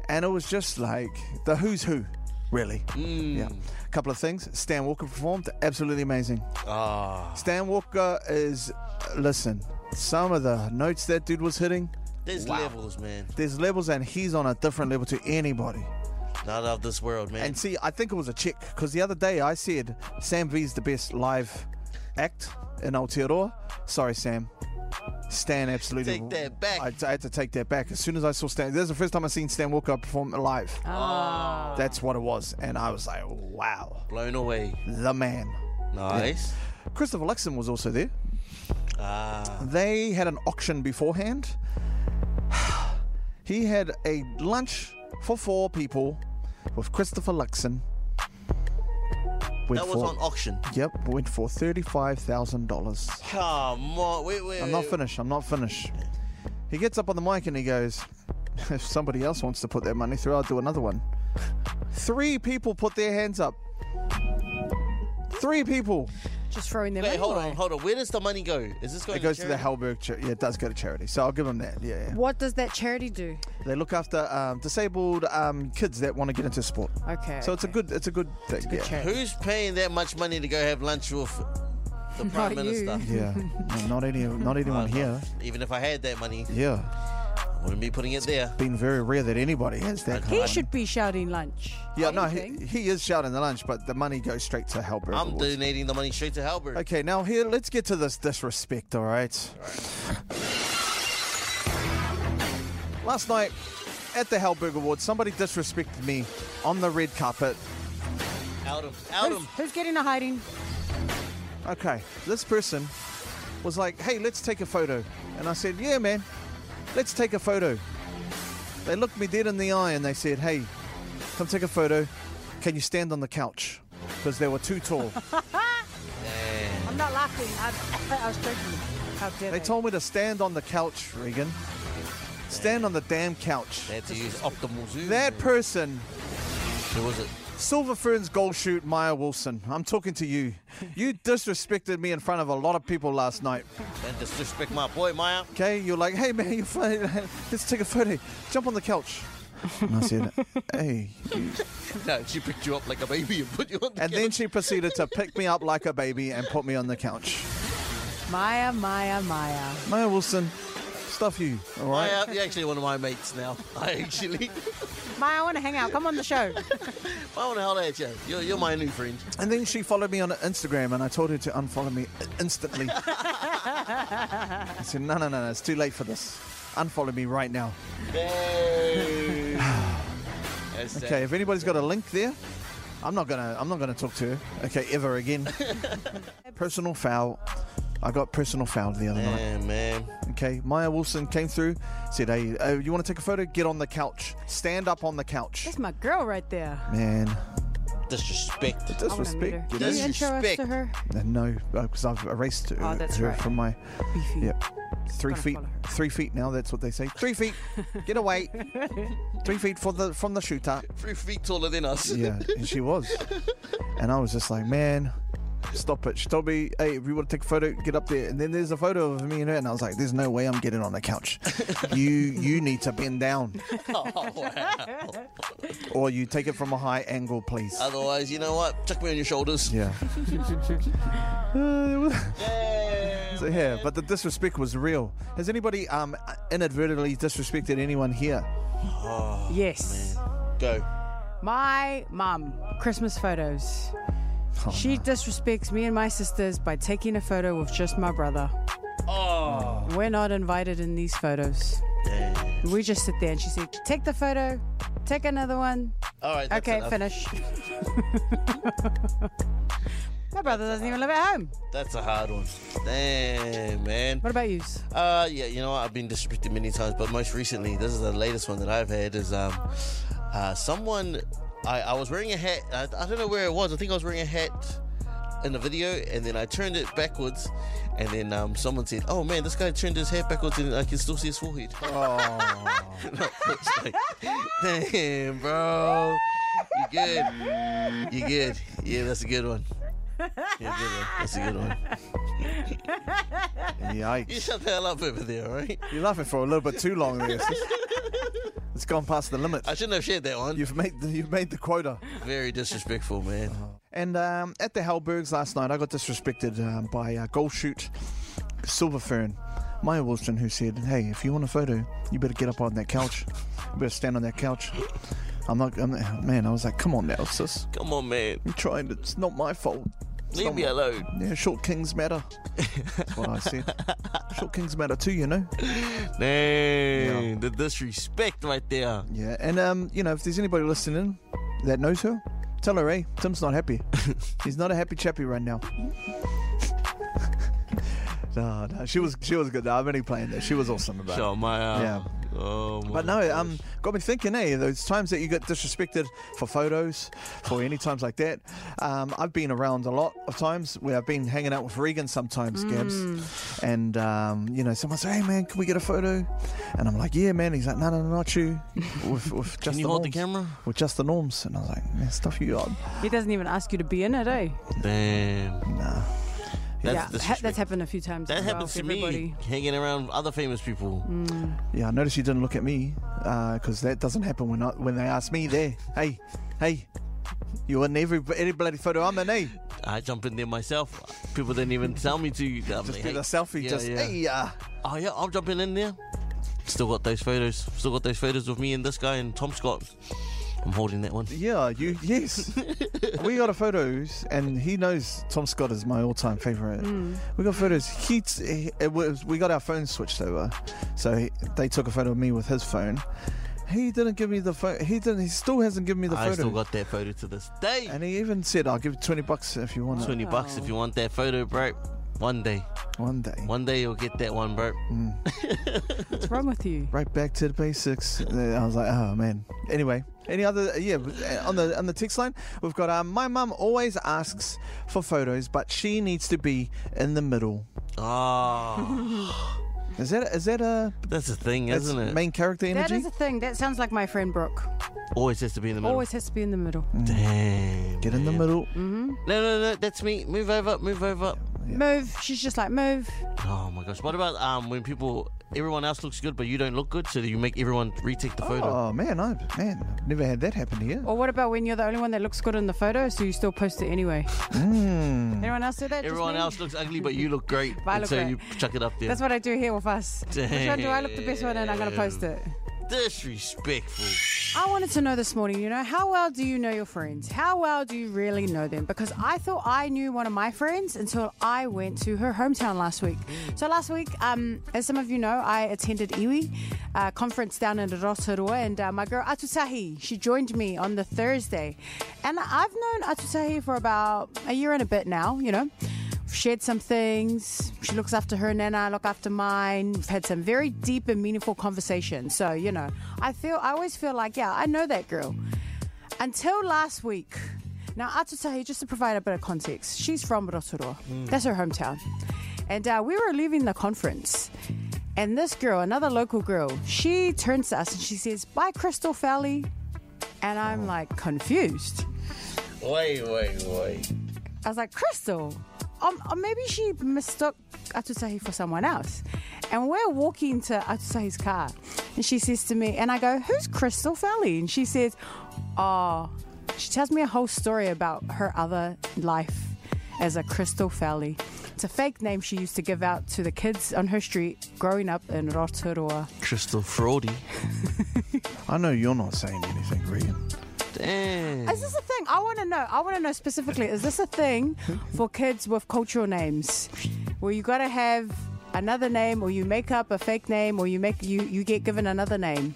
[SPEAKER 3] and it was just like the who's who, really. Yeah. A couple of things. Stan Walker performed. Absolutely amazing.
[SPEAKER 4] Ah,
[SPEAKER 3] Stan Walker is listen. Some of the notes that dude was hitting.
[SPEAKER 4] there's levels, man.
[SPEAKER 3] There's levels, and he's on a different level to anybody.
[SPEAKER 4] Not of this world, man.
[SPEAKER 3] And see, I think it was a chick because the other day I said Sam V's the best live act in Aotearoa. Sorry, Sam. Stan absolutely.
[SPEAKER 4] Take that back.
[SPEAKER 3] I, I had to take that back. As soon as I saw Stan, this is the first time I seen Stan Walker perform live. That's what it was, and I was like, wow,
[SPEAKER 4] Blown away.
[SPEAKER 3] the man.
[SPEAKER 4] Nice.
[SPEAKER 3] Christopher Lexon was also there.
[SPEAKER 4] Ah,
[SPEAKER 3] They had an auction beforehand. he had a lunch for four people with Christopher Luxon.
[SPEAKER 4] that was on auction.
[SPEAKER 3] Yep, went for thirty-five thousand dollars.
[SPEAKER 4] Come on, wait, wait.
[SPEAKER 3] I'm not
[SPEAKER 4] wait.
[SPEAKER 3] finished. I'm not finished. He gets up on the mic and he goes, "If somebody else wants to put their money through, I'll do another one." Three people put their hands up. Three people.
[SPEAKER 2] Just throwing them
[SPEAKER 4] Wait,
[SPEAKER 2] anyway.
[SPEAKER 4] hold on, hold on. Where does the money go? Is this going?
[SPEAKER 3] It goes to the
[SPEAKER 4] charity?
[SPEAKER 3] Halberg. Cha- yeah, it does go to charity. So I'll give him that. Yeah, yeah.
[SPEAKER 2] What does that charity do?
[SPEAKER 3] They look after um, disabled um, kids that want to get into sport.
[SPEAKER 2] Okay.
[SPEAKER 3] So it's a
[SPEAKER 2] okay.
[SPEAKER 3] good. It's a good thing.
[SPEAKER 2] Good
[SPEAKER 3] yeah.
[SPEAKER 2] charity.
[SPEAKER 4] Who's paying that much money to go have lunch with the prime
[SPEAKER 2] you.
[SPEAKER 4] minister?
[SPEAKER 3] Yeah. No, not any. Not anyone here.
[SPEAKER 4] Even if I had that money,
[SPEAKER 3] Yeah.
[SPEAKER 4] I wouldn't be putting it there.
[SPEAKER 3] Been very rare that anybody has that. kind
[SPEAKER 2] He
[SPEAKER 3] of-
[SPEAKER 2] should be shouting lunch.
[SPEAKER 3] Yeah,
[SPEAKER 2] Don't you
[SPEAKER 3] no, he,
[SPEAKER 2] think?
[SPEAKER 3] he is shouting the lunch, but the money goes straight to Halberg.
[SPEAKER 4] I'm
[SPEAKER 3] Awards.
[SPEAKER 4] donating the money straight to Halbert.
[SPEAKER 3] Okay, now here, let's get to this disrespect, all right? Last night at the Halberg Awards, somebody disrespected me on the red carpet.
[SPEAKER 4] Out of, out
[SPEAKER 2] Who's,
[SPEAKER 4] of.
[SPEAKER 2] who's getting a hiding?
[SPEAKER 3] Okay, this person was like, hey, let's take a photo. And I said, yeah, man, let's take a photo. They looked me dead in the eye and they said, hey, come take a photo. Can you stand on the couch? Because they were too tall.
[SPEAKER 2] I'm not laughing. I'm, I was joking. How dare
[SPEAKER 3] They
[SPEAKER 2] they?
[SPEAKER 3] told me to stand on the couch, Regan. Stand on the damn couch.
[SPEAKER 4] They had to use optimal zoom.
[SPEAKER 3] That person,
[SPEAKER 4] Who was it?
[SPEAKER 3] Silver Ferns goal shoot Maya Wilson. I'm talking to you. You disrespected me in front of a lot of people last night.
[SPEAKER 4] Don't disrespect my boy Maya.
[SPEAKER 3] Okay, you're like, hey man, you're funny. Let's take a photo. Jump on the couch. And I said, hey.
[SPEAKER 4] No, she picked you up like a baby and put you on the
[SPEAKER 3] And then she proceeded to pick me up like a baby and put me on the couch.
[SPEAKER 2] Maya, Maya, Maya.
[SPEAKER 3] Maya Wilson, stuff you, all right?
[SPEAKER 4] Maya, you're actually one of my mates now. I actually.
[SPEAKER 2] Maya, I want to hang out. Come on the show.
[SPEAKER 4] I want to holler at you. You're, you're my new friend.
[SPEAKER 3] And then she followed me on Instagram, and I told her to unfollow me instantly. I said, "No, no, no, no! It's too late for this. Unfollow me right now."
[SPEAKER 4] That's sad.
[SPEAKER 3] Okay, if anybody's got a link there, I'm not gonna, I'm not gonna talk to her. Okay, ever again. personal foul. I got personal fouled the other night.
[SPEAKER 4] Man, man.
[SPEAKER 3] Okay, Maya Wilson came through, said, "Hey, uh, you want to take a photo? Get on the couch. Stand up on the couch."
[SPEAKER 2] That's my girl right there.
[SPEAKER 3] Man,
[SPEAKER 4] Disrespect.
[SPEAKER 2] I want to meet her.
[SPEAKER 3] disrespect. Uh,
[SPEAKER 2] Can you intro us to
[SPEAKER 4] Disrespect.
[SPEAKER 2] her?
[SPEAKER 3] No, because I've erased her,
[SPEAKER 2] Oh, that's
[SPEAKER 3] her
[SPEAKER 2] right.
[SPEAKER 3] from my.
[SPEAKER 2] Beefy.
[SPEAKER 3] Yep. Three
[SPEAKER 2] Gotta
[SPEAKER 3] feet.
[SPEAKER 2] follow her.
[SPEAKER 3] Three feet now. That's what they say. Three feet. Get away. three feet for the from the shooter.
[SPEAKER 4] Three feet taller than us.
[SPEAKER 3] Yeah, and she was, and I was just like, man, stop it. She told me, hey, if you want to take a photo, get up there. And then there's a photo of me and her, and I was like, there's no way I'm getting on the couch. you you need to bend down,
[SPEAKER 4] Oh, wow.
[SPEAKER 3] or you take it from a high angle, please.
[SPEAKER 4] Otherwise, you know what? Chuck me on your shoulders.
[SPEAKER 3] Yeah. So yeah, but the disrespect was real. Has anybody um inadvertently disrespected anyone here?
[SPEAKER 2] Yes.
[SPEAKER 4] Go.
[SPEAKER 2] My mum, Christmas photos.
[SPEAKER 3] Oh,
[SPEAKER 2] she disrespects me and my sisters by taking a photo with just my brother.
[SPEAKER 4] Oh.
[SPEAKER 2] We're not invited in these photos. We just sit there and she said, Take the photo, take another one.
[SPEAKER 4] All right. that's
[SPEAKER 2] Okay,
[SPEAKER 4] enough.
[SPEAKER 2] finish. My brother doesn't even live at home.
[SPEAKER 4] That's a hard one. Damn, man.
[SPEAKER 2] What about you?
[SPEAKER 4] Uh, yeah, you know what? I've been disrespected many times, but most recently, this is the latest one that I've had is um, uh, someone. I, I was wearing a hat. I, I don't know where it was. I think I was wearing a hat in the video, and then I turned it backwards, and then um, someone said, "Oh man, this guy turned his hat backwards, and I can still see his forehead." It's like, damn, bro, you good? You good? Yeah, that's a good one. Yeah, good one. That's a good one. You
[SPEAKER 3] Yikes.
[SPEAKER 4] shut the hell up over there, all right?
[SPEAKER 3] You're laughing for a little bit too long there. sis. It's gone past the limit.
[SPEAKER 4] I shouldn't have shared that one.
[SPEAKER 3] You've made the, you've made the quota.
[SPEAKER 4] Very disrespectful, man.
[SPEAKER 3] And um, at the Halbergs last night, I got disrespected um, by uh, goal shoot Silver Fern, Maya Wilson, who said, "Hey, if you want a photo, you better get up on that couch. You better stand on that couch." I'm not, I'm, man. I was like, "Come on now, sis.
[SPEAKER 4] Come on, man.
[SPEAKER 3] You tried. it. It's not my fault. It's
[SPEAKER 4] Leave
[SPEAKER 3] not
[SPEAKER 4] me
[SPEAKER 3] my-
[SPEAKER 4] alone.
[SPEAKER 3] Yeah, short kings matter. That's what I said. Short kings matter too, you know.
[SPEAKER 4] Dang, the disrespect right there.
[SPEAKER 3] Yeah, and um, you know, if there's anybody listening that knows her, tell her, hey, Tim's not happy. He's not a happy chappy right now. no, no, she was she was good. though. I'm only playing that. She was awesome about.
[SPEAKER 4] Show
[SPEAKER 3] it.
[SPEAKER 4] my uh,
[SPEAKER 3] Yeah.
[SPEAKER 4] Oh my.
[SPEAKER 3] But no, um, got me thinking, eh? Those times that you get disrespected for photos, for any times like that. Um, I've been around a lot of times where I've been hanging out with Regan sometimes, Gabs. And, um, you know, someone say, hey, man, can we get a photo? And I'm like, yeah, man. He's like, no, no, no, not you. With, with just
[SPEAKER 4] Can you
[SPEAKER 3] the
[SPEAKER 4] hold the
[SPEAKER 3] norms."
[SPEAKER 4] camera?
[SPEAKER 3] With just the norms. And I was like, man, stuff you up.
[SPEAKER 2] He doesn't even ask you to be in it, eh?
[SPEAKER 4] Damn.
[SPEAKER 3] Nah.
[SPEAKER 4] That's
[SPEAKER 2] yeah, ha-
[SPEAKER 4] disrespect.
[SPEAKER 2] that's happened a few times.
[SPEAKER 4] that
[SPEAKER 2] as well
[SPEAKER 4] happens
[SPEAKER 2] for
[SPEAKER 4] to me.
[SPEAKER 2] everybody. Mm.
[SPEAKER 4] Hanging around other famous people.
[SPEAKER 3] Yeah, I noticed you didn't look at me because that doesn't happen when I, when they ask me there. Hey, hey, you in every, every bloody photo I'm in, eh?
[SPEAKER 4] I jump in there myself. People didn't even tell me to. I'm
[SPEAKER 3] Just
[SPEAKER 4] like,
[SPEAKER 3] did
[SPEAKER 4] hey.
[SPEAKER 3] a selfie.
[SPEAKER 4] Yeah,
[SPEAKER 3] just
[SPEAKER 4] yeah.
[SPEAKER 3] hey, uh,
[SPEAKER 4] Oh yeah, I'm jumping in there. Still got those photos. Still got those photos of me and this guy and Tom Scott. I'm holding that one.
[SPEAKER 3] yeah, you yes. we got a photos, and he knows Tom Scott is my all-time favorite. We got photos. He, he it was, we got our phones switched over, so he, they took a photo of me with his phone. He didn't give me the photo. He didn't. He still hasn't given me the
[SPEAKER 4] I
[SPEAKER 3] photo.
[SPEAKER 4] still got that photo to this day.
[SPEAKER 3] and he even said, "I'll give you twenty bucks if you want it
[SPEAKER 4] 20 bucks if you want that photo, bro. One day.
[SPEAKER 3] one day."
[SPEAKER 4] One day you'll get that one, bro.
[SPEAKER 2] What's wrong with you?
[SPEAKER 3] Right back to the basics. And then I was like, oh man. Anyway, any other? uh, Yeah, on the on the text line, we've got um, my mum always asks for photos, but she needs to be in the middle.
[SPEAKER 4] Oh,
[SPEAKER 3] Is that is that a
[SPEAKER 4] that's the thing,
[SPEAKER 3] that's
[SPEAKER 4] isn't it?
[SPEAKER 3] main character
[SPEAKER 2] That
[SPEAKER 3] energy?
[SPEAKER 2] is a thing. That sounds like my friend Brooke.
[SPEAKER 4] Always has to be in the middle.
[SPEAKER 2] Always has to be in the middle.
[SPEAKER 4] Mm, Damn.
[SPEAKER 3] Mm. Get in the
[SPEAKER 4] man.
[SPEAKER 3] middle.
[SPEAKER 4] No, no, no. That's me. Move over. Move over.
[SPEAKER 2] Move. She's just like, move.
[SPEAKER 4] Oh my gosh. What about um when people, everyone else looks good, but you don't look good, so you make everyone retake the photo.
[SPEAKER 3] Oh man, I man, I've never had that happen here.
[SPEAKER 2] Or what about when you're the only one that looks good in the photo, so you still post it anyway? Anyone else do that? Just
[SPEAKER 4] Mm. everyone
[SPEAKER 2] me?
[SPEAKER 4] else looks ugly, but you look great,
[SPEAKER 2] But I
[SPEAKER 4] and
[SPEAKER 2] look
[SPEAKER 4] so
[SPEAKER 2] great.
[SPEAKER 4] you chuck it up there.
[SPEAKER 2] That's what I do here with us. Which one do I look the best one in? I'm going to post it.
[SPEAKER 4] Disrespectful.
[SPEAKER 2] I wanted to know this morning, you know, how well do you know your friends? How well do you really know them? Because I thought I knew one of my friends until I went to her hometown last week. So last week, um, as some of you know, I attended Iwi uh, conference down in Rotorua, and uh, my girl Atutahi, she joined me on the Thursday, and I've known Atutahi for about a year and a bit now, you know. We've shared some things. She looks after her nana, I look after mine. We've had some very deep and meaningful conversations. So, you know, I feel I always feel like, yeah, I know that girl. Until last week. Now, Atutahi, just to provide a bit of context, she's from Rotorua. That's her hometown. And uh, we were leaving the conference. And this girl, another local girl, she turns to us and she says, Bye, Crystal Valley. And I'm like confused.
[SPEAKER 4] Wait, wait, wait.
[SPEAKER 2] I was like, Crystal, um, or maybe she mistook Atutahi for someone else. And we're walking to Atutahi's car, and she says to me, and I go, Who's Crystal Valley? And she says, Oh, she tells me a whole story about her other life as a Crystal Valley. It's a fake name she used to give out to the kids on her street growing up in Rotorua.
[SPEAKER 4] Crystal fraudy.
[SPEAKER 3] I know you're not saying anything, Regan.
[SPEAKER 4] Damn.
[SPEAKER 2] Is this a thing? I want to know. I want to know specifically. Is this a thing for kids with cultural names, where you gotta have another name, or you make up a fake name, or you make you you get given another name.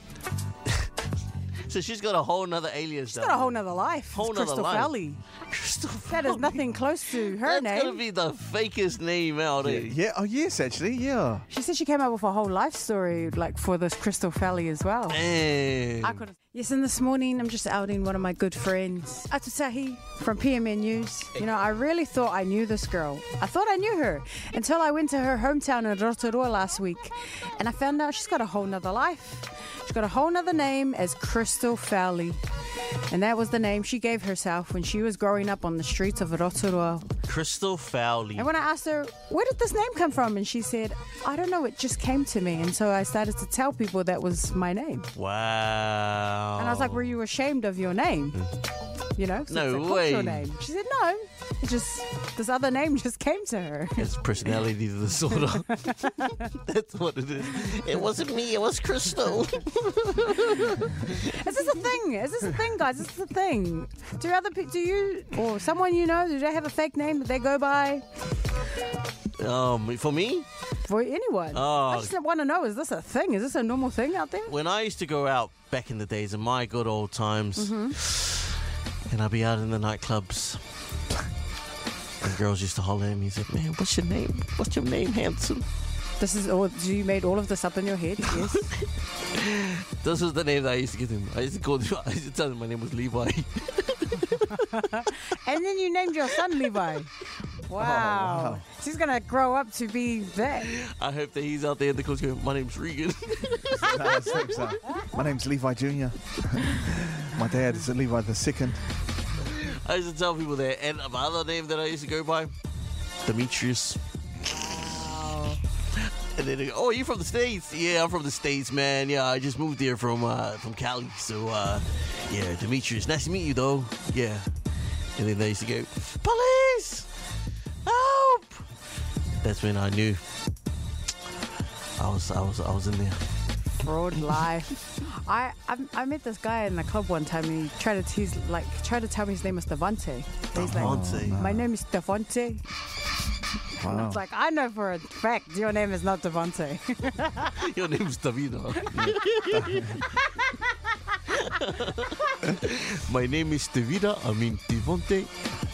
[SPEAKER 4] So she's got a whole nother alias. She's
[SPEAKER 2] Got a whole nother life.
[SPEAKER 4] Whole
[SPEAKER 2] It's
[SPEAKER 4] nother
[SPEAKER 2] Crystal
[SPEAKER 4] life.
[SPEAKER 2] Valley.
[SPEAKER 4] Crystal
[SPEAKER 2] That is
[SPEAKER 4] Valley.
[SPEAKER 2] nothing close to her
[SPEAKER 4] That's
[SPEAKER 2] name.
[SPEAKER 4] gonna be the fakest name out. eh?
[SPEAKER 3] Yeah. Oh, yes, actually, yeah.
[SPEAKER 2] she said she came up with a whole life story, like for this Crystal Valley as well.
[SPEAKER 4] Damn.
[SPEAKER 2] I could. Yes, and this morning I'm just outing one of my good friends, Atutahi from PMN News. You know, I really thought I knew this girl. I thought I knew her until I went to her hometown in Rotorua last week, and I found out she's got a whole nother life. She's got a whole nother name as Crystal Fowley. And that was the name she gave herself when she was growing up on the streets of Rotorua.
[SPEAKER 4] Crystal Fowley.
[SPEAKER 2] And when I asked her, where did this name come from? And she said, I don't know, it just came to me. And so I started to tell people that was my name.
[SPEAKER 4] Wow.
[SPEAKER 2] And I was like, "Were you ashamed of your name?" You know, 'cause
[SPEAKER 4] Mm-hmm. No
[SPEAKER 2] it's a cultural
[SPEAKER 4] way.
[SPEAKER 2] Name. She said, "No, it just this other name just came to her."
[SPEAKER 4] It's personality disorder. That's what it is. It wasn't me. It was Crystal.
[SPEAKER 2] Is this a thing? Is this a thing, guys? Is this a thing? Do other people, do you or someone you know, do they have a fake name that they go by
[SPEAKER 4] um, for me,
[SPEAKER 2] for anyone? I
[SPEAKER 4] Oh.
[SPEAKER 2] just want to know: is this a thing? Is this a normal thing out there?
[SPEAKER 4] when I used to go out back in the days, in my good old times,
[SPEAKER 2] Mm-hmm.
[SPEAKER 4] and I'd be out in the nightclubs, and girls used to holler at me and say, "Man, what's your name? What's your name, handsome?"
[SPEAKER 2] This is all. Do you made all of this up in your head? Yes.
[SPEAKER 4] This was the name that I used to give them. I used to call them. I used to tell them my name was Levi.
[SPEAKER 2] and then you named your son Levi.
[SPEAKER 4] Oh,
[SPEAKER 2] Wow. She's gonna grow up to be that.
[SPEAKER 4] I hope that he's out there in the coast going, "My name's Regan."
[SPEAKER 3] No, I think so. Uh, My name's Levi Jr. My dad is Levi the second.
[SPEAKER 4] I used to tell people that. And my other name that I used to go by, Demetrius. And then they go, oh, you from the States? Yeah, I'm from the States, man. Yeah, I just moved here from uh, from Cali. So, uh, yeah, Demetrius. Nice to meet you, though. Yeah. And then they used to go, police! Help! That's when I knew. I was, I was, I was in there.
[SPEAKER 2] broad life. I, I I met this guy in the club one time and he tried to tease like tried to tell me his name was Devante. He's
[SPEAKER 4] Devante.
[SPEAKER 2] like, my name is Devante. And I
[SPEAKER 3] Wow.
[SPEAKER 2] was like, I know for a fact your name is not Devante.
[SPEAKER 4] Your name's Davina. My name is Davida. I mean Devonte.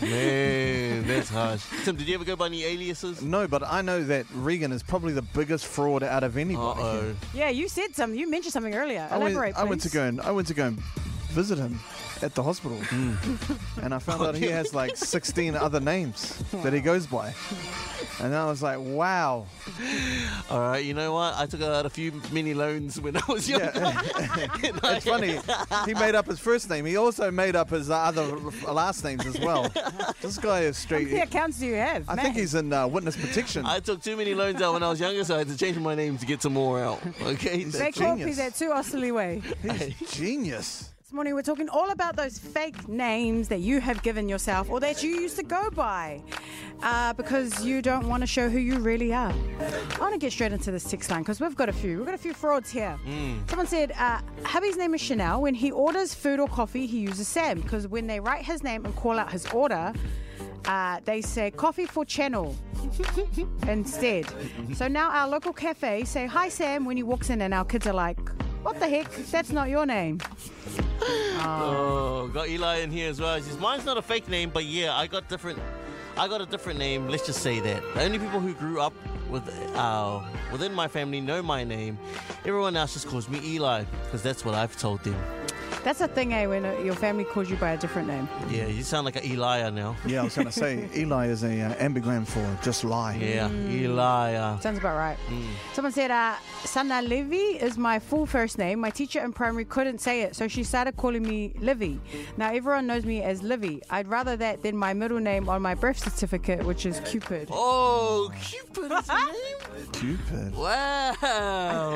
[SPEAKER 4] Man, that's harsh. Tim, did you ever go by any aliases?
[SPEAKER 3] No, but I know that Regan is probably the biggest fraud out of anybody. here.
[SPEAKER 4] Uh-oh.
[SPEAKER 2] yeah, you said something. You mentioned something earlier.
[SPEAKER 4] Oh.
[SPEAKER 3] I went,
[SPEAKER 2] Elaborate,
[SPEAKER 3] I went to
[SPEAKER 2] please.
[SPEAKER 3] go and I went to go and visit him at the hospital,
[SPEAKER 4] Hmm.
[SPEAKER 3] and I
[SPEAKER 4] Oh,
[SPEAKER 3] found out he has like 16 other names that he goes by, and I was like, wow.
[SPEAKER 4] All right, you know what? I took out a few mini loans when I was young.
[SPEAKER 3] Yeah, it's funny. He made up his first name. He also made up his other last names as well. This guy is
[SPEAKER 2] How
[SPEAKER 3] straight.
[SPEAKER 2] many accounts do you have?
[SPEAKER 3] I
[SPEAKER 2] man?
[SPEAKER 3] think he's in uh, witness protection.
[SPEAKER 4] I took too many loans out when I was younger, so I had to change my name to get some more out.
[SPEAKER 2] They
[SPEAKER 4] Okay? That's-
[SPEAKER 2] call
[SPEAKER 3] genius.
[SPEAKER 2] me that too, Osterly Way.
[SPEAKER 3] He's genius.
[SPEAKER 2] This morning we're talking all about those fake names that you have given yourself or that you used to go by uh, because you don't want to show who you really are. I want to get straight into this text line because we've got a few. We've got a few frauds here. Someone said, uh, hubby's name is Chanel. When he orders food or coffee, he uses Sam because when they write his name and call out his order, uh, they say coffee for channel instead. So now our local cafe say hi Sam when he walks in and our kids are like, what the heck? That's not your name.
[SPEAKER 4] Oh, got Eli in here as well. He says, Mine's not a fake name, but yeah, I got different. I got a different name. Let's just say that. The only people who grew up with uh, within my family know my name. Everyone else just calls me Eli because that's what I've told them.
[SPEAKER 2] That's a thing, eh? When uh, your family calls you by a different name.
[SPEAKER 4] Yeah, you sound like an Elia now.
[SPEAKER 3] Yeah, I was going to say Eli is a uh, ambigram for just lie.
[SPEAKER 4] Yeah,
[SPEAKER 2] Hmm.
[SPEAKER 4] Elia.
[SPEAKER 2] Sounds about right.
[SPEAKER 4] Mm.
[SPEAKER 2] Someone said, uh, Sana Livy is my full first name. My teacher in primary couldn't say it, so she started calling me Livy. Now everyone knows me as Livy. I'd rather that than my middle name on my birth certificate, which is Cupid.
[SPEAKER 4] Oh, Cupid is your name.
[SPEAKER 3] Cupid.
[SPEAKER 4] Wow.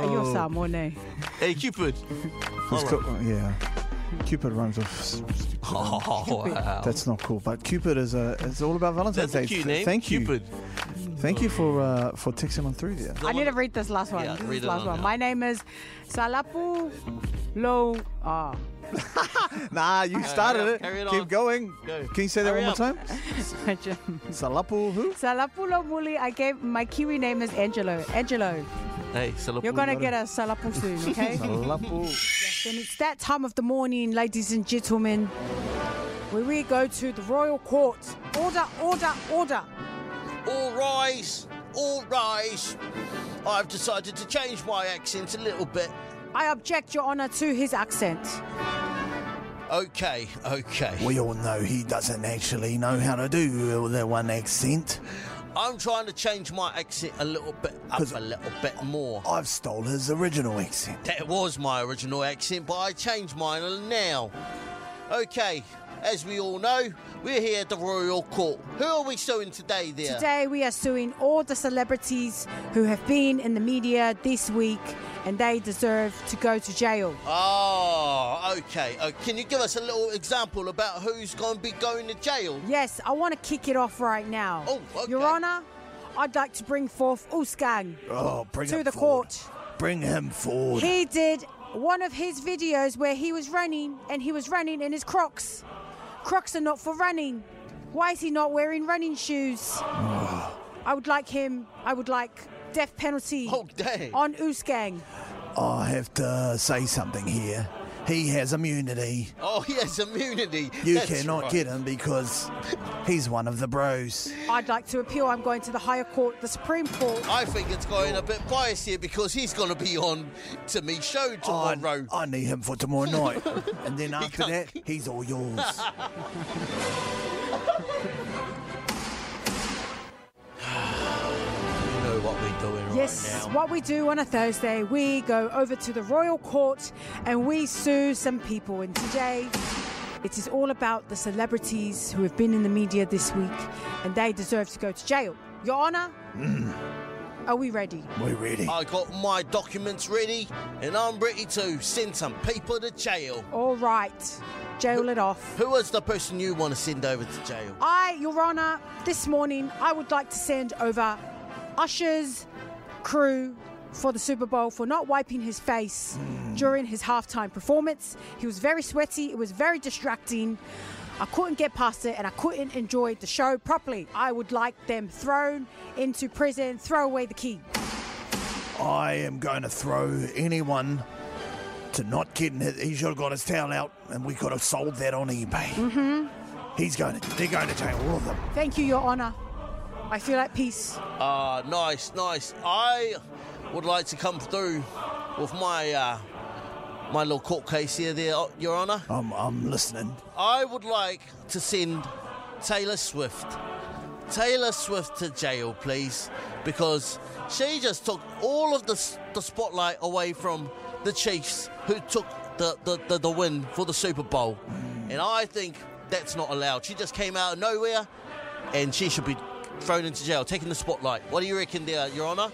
[SPEAKER 2] You're eh? Samoane.
[SPEAKER 4] Hey, Cupid.
[SPEAKER 3] It's cool- Yeah. Cupid rhymes with.
[SPEAKER 4] Oh, wow.
[SPEAKER 3] That's not cool. But Cupid is a. It's all about Valentine's
[SPEAKER 4] That's a
[SPEAKER 3] Day.
[SPEAKER 4] cute
[SPEAKER 3] Th-
[SPEAKER 4] name.
[SPEAKER 3] Thank you.
[SPEAKER 4] Cupid.
[SPEAKER 3] Thank you for uh, for texting on through there.
[SPEAKER 2] I need to read this last one.
[SPEAKER 4] Yeah,
[SPEAKER 2] this
[SPEAKER 4] read
[SPEAKER 2] is
[SPEAKER 4] it
[SPEAKER 2] last
[SPEAKER 4] on
[SPEAKER 2] one.
[SPEAKER 4] now.
[SPEAKER 2] My name is Salapu Lo. Ah,
[SPEAKER 3] Nah, you started
[SPEAKER 4] hurry up,
[SPEAKER 3] it.
[SPEAKER 4] carry it
[SPEAKER 3] Keep
[SPEAKER 4] on.
[SPEAKER 3] going.
[SPEAKER 4] Go.
[SPEAKER 3] Can you say that
[SPEAKER 4] Hurry
[SPEAKER 3] one more
[SPEAKER 4] up.
[SPEAKER 3] time?
[SPEAKER 2] Imagine.
[SPEAKER 3] Salapu who?
[SPEAKER 2] Salapulo Muli, I gave my Kiwi name is Angelo. Angelo,
[SPEAKER 4] Hey, Salapu.
[SPEAKER 2] you're gonna get a salapu soon, okay?
[SPEAKER 3] Salapu.
[SPEAKER 2] Then it's that time of the morning, ladies and gentlemen, where we go to the royal court. Order, order, order.
[SPEAKER 4] All rise, all rise. I've decided to change my accent a little bit.
[SPEAKER 2] I object, Your Honour, to his accent.
[SPEAKER 4] Okay, okay.
[SPEAKER 3] We all know he doesn't actually know how to do the one accent.
[SPEAKER 4] I'm trying to change my accent a little bit up,
[SPEAKER 3] 'Cause-
[SPEAKER 4] a little bit more.
[SPEAKER 3] I've stole his original accent.
[SPEAKER 4] That was my original accent, but I changed mine now. Okay, as we all know, we're here at the Royal Court. Who are we suing today, there?
[SPEAKER 2] Today we are suing all the celebrities who have been in the media this week and they deserve to go to jail.
[SPEAKER 4] Oh, okay. Uh, can you give us a little example about who's going to be going to jail?
[SPEAKER 2] Yes, I want to kick it off right now.
[SPEAKER 4] Oh, okay.
[SPEAKER 2] Your Honour, I'd like to bring forth Usgang.
[SPEAKER 3] Oh, bring
[SPEAKER 2] To
[SPEAKER 3] him
[SPEAKER 2] the
[SPEAKER 3] forward.
[SPEAKER 2] court.
[SPEAKER 3] Bring him forward.
[SPEAKER 2] He did one of his videos where he was running and he was running in his Crocs. Crocs are not for running. Why is he not wearing running shoes? I would like him, I would like death penalty
[SPEAKER 4] Oh, dang.
[SPEAKER 2] on Usgang.
[SPEAKER 3] I have to say something here. He has immunity.
[SPEAKER 4] Oh, he has immunity.
[SPEAKER 3] You
[SPEAKER 4] That's
[SPEAKER 3] cannot
[SPEAKER 4] right.
[SPEAKER 3] get him because he's one of the bros.
[SPEAKER 2] I'd like to appeal. I'm going to the higher court, the Supreme Court.
[SPEAKER 4] I think it's going a bit biased here because he's going to be on to me show
[SPEAKER 3] I,
[SPEAKER 4] tomorrow.
[SPEAKER 3] I need him for tomorrow night. and then after that,
[SPEAKER 4] can't-
[SPEAKER 3] he's all yours.
[SPEAKER 4] You know what we're doing
[SPEAKER 2] Yes,
[SPEAKER 4] right now.
[SPEAKER 2] what we do on a Thursday, we go over to the royal court and we sue some people. And today, it is all about the celebrities who have been in the media this week and they deserve to go to jail. Your Honour, are we ready?
[SPEAKER 3] We're ready.
[SPEAKER 4] I got my documents ready and I'm ready to send some people to jail.
[SPEAKER 2] All right, jail it off.
[SPEAKER 4] Who is the person you want to send over to jail?
[SPEAKER 2] I, Your Honour, this morning I would like to send over Usher's crew for the Super Bowl for not wiping his face
[SPEAKER 3] Hmm.
[SPEAKER 2] during his halftime performance. He was very sweaty, it was very distracting. I couldn't get past it and I couldn't enjoy the show properly. I would like them thrown into prison, throw away the key.
[SPEAKER 3] I am going to throw anyone to not getting it. He should have got his towel out, and we could have sold that on eBay. Mm-hmm. He's going to. They're going to jail all of them.
[SPEAKER 2] Thank you, Your Honour. I feel at peace.
[SPEAKER 4] Ah, nice, nice. I would like to come through with my uh, my little court case here, there, uh, Your Honour.
[SPEAKER 3] I'm, I'm listening.
[SPEAKER 4] I would like to send Taylor Swift. Taylor Swift to jail, please, because she just took all of the, s- the spotlight away from the Chiefs, who took the, the, the, the win for the Super Bowl. And I think that's not allowed. She just came out of nowhere, and she should be thrown into jail, taking the spotlight. What do you reckon there, Your Honour?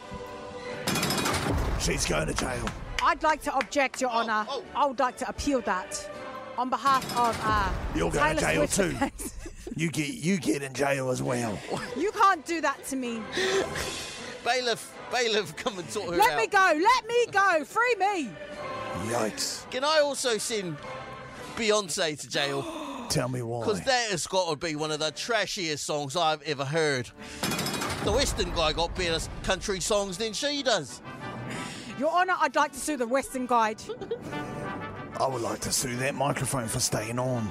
[SPEAKER 3] She's going to jail.
[SPEAKER 2] I'd like to object, Your
[SPEAKER 4] Oh,
[SPEAKER 2] Honour.
[SPEAKER 4] oh.
[SPEAKER 2] I would like to appeal that on behalf of uh,
[SPEAKER 3] You're going
[SPEAKER 2] Taylor
[SPEAKER 3] to jail
[SPEAKER 2] Swift
[SPEAKER 3] too.
[SPEAKER 2] fans.
[SPEAKER 3] You get you get in jail as well.
[SPEAKER 2] You can't do that to me.
[SPEAKER 4] Bailiff, bailiff, come and sort her
[SPEAKER 2] Let
[SPEAKER 4] out.
[SPEAKER 2] me go. Let me go. Free me.
[SPEAKER 3] Yikes!
[SPEAKER 4] Can I also send Beyonce to jail?
[SPEAKER 3] Tell me why.
[SPEAKER 4] Because that has got to be one of the trashiest songs I've ever heard. The Western guy got better s- country songs than she does.
[SPEAKER 2] Your Honour, I'd like to sue the Western Guide.
[SPEAKER 3] I would like to sue that microphone for staying on.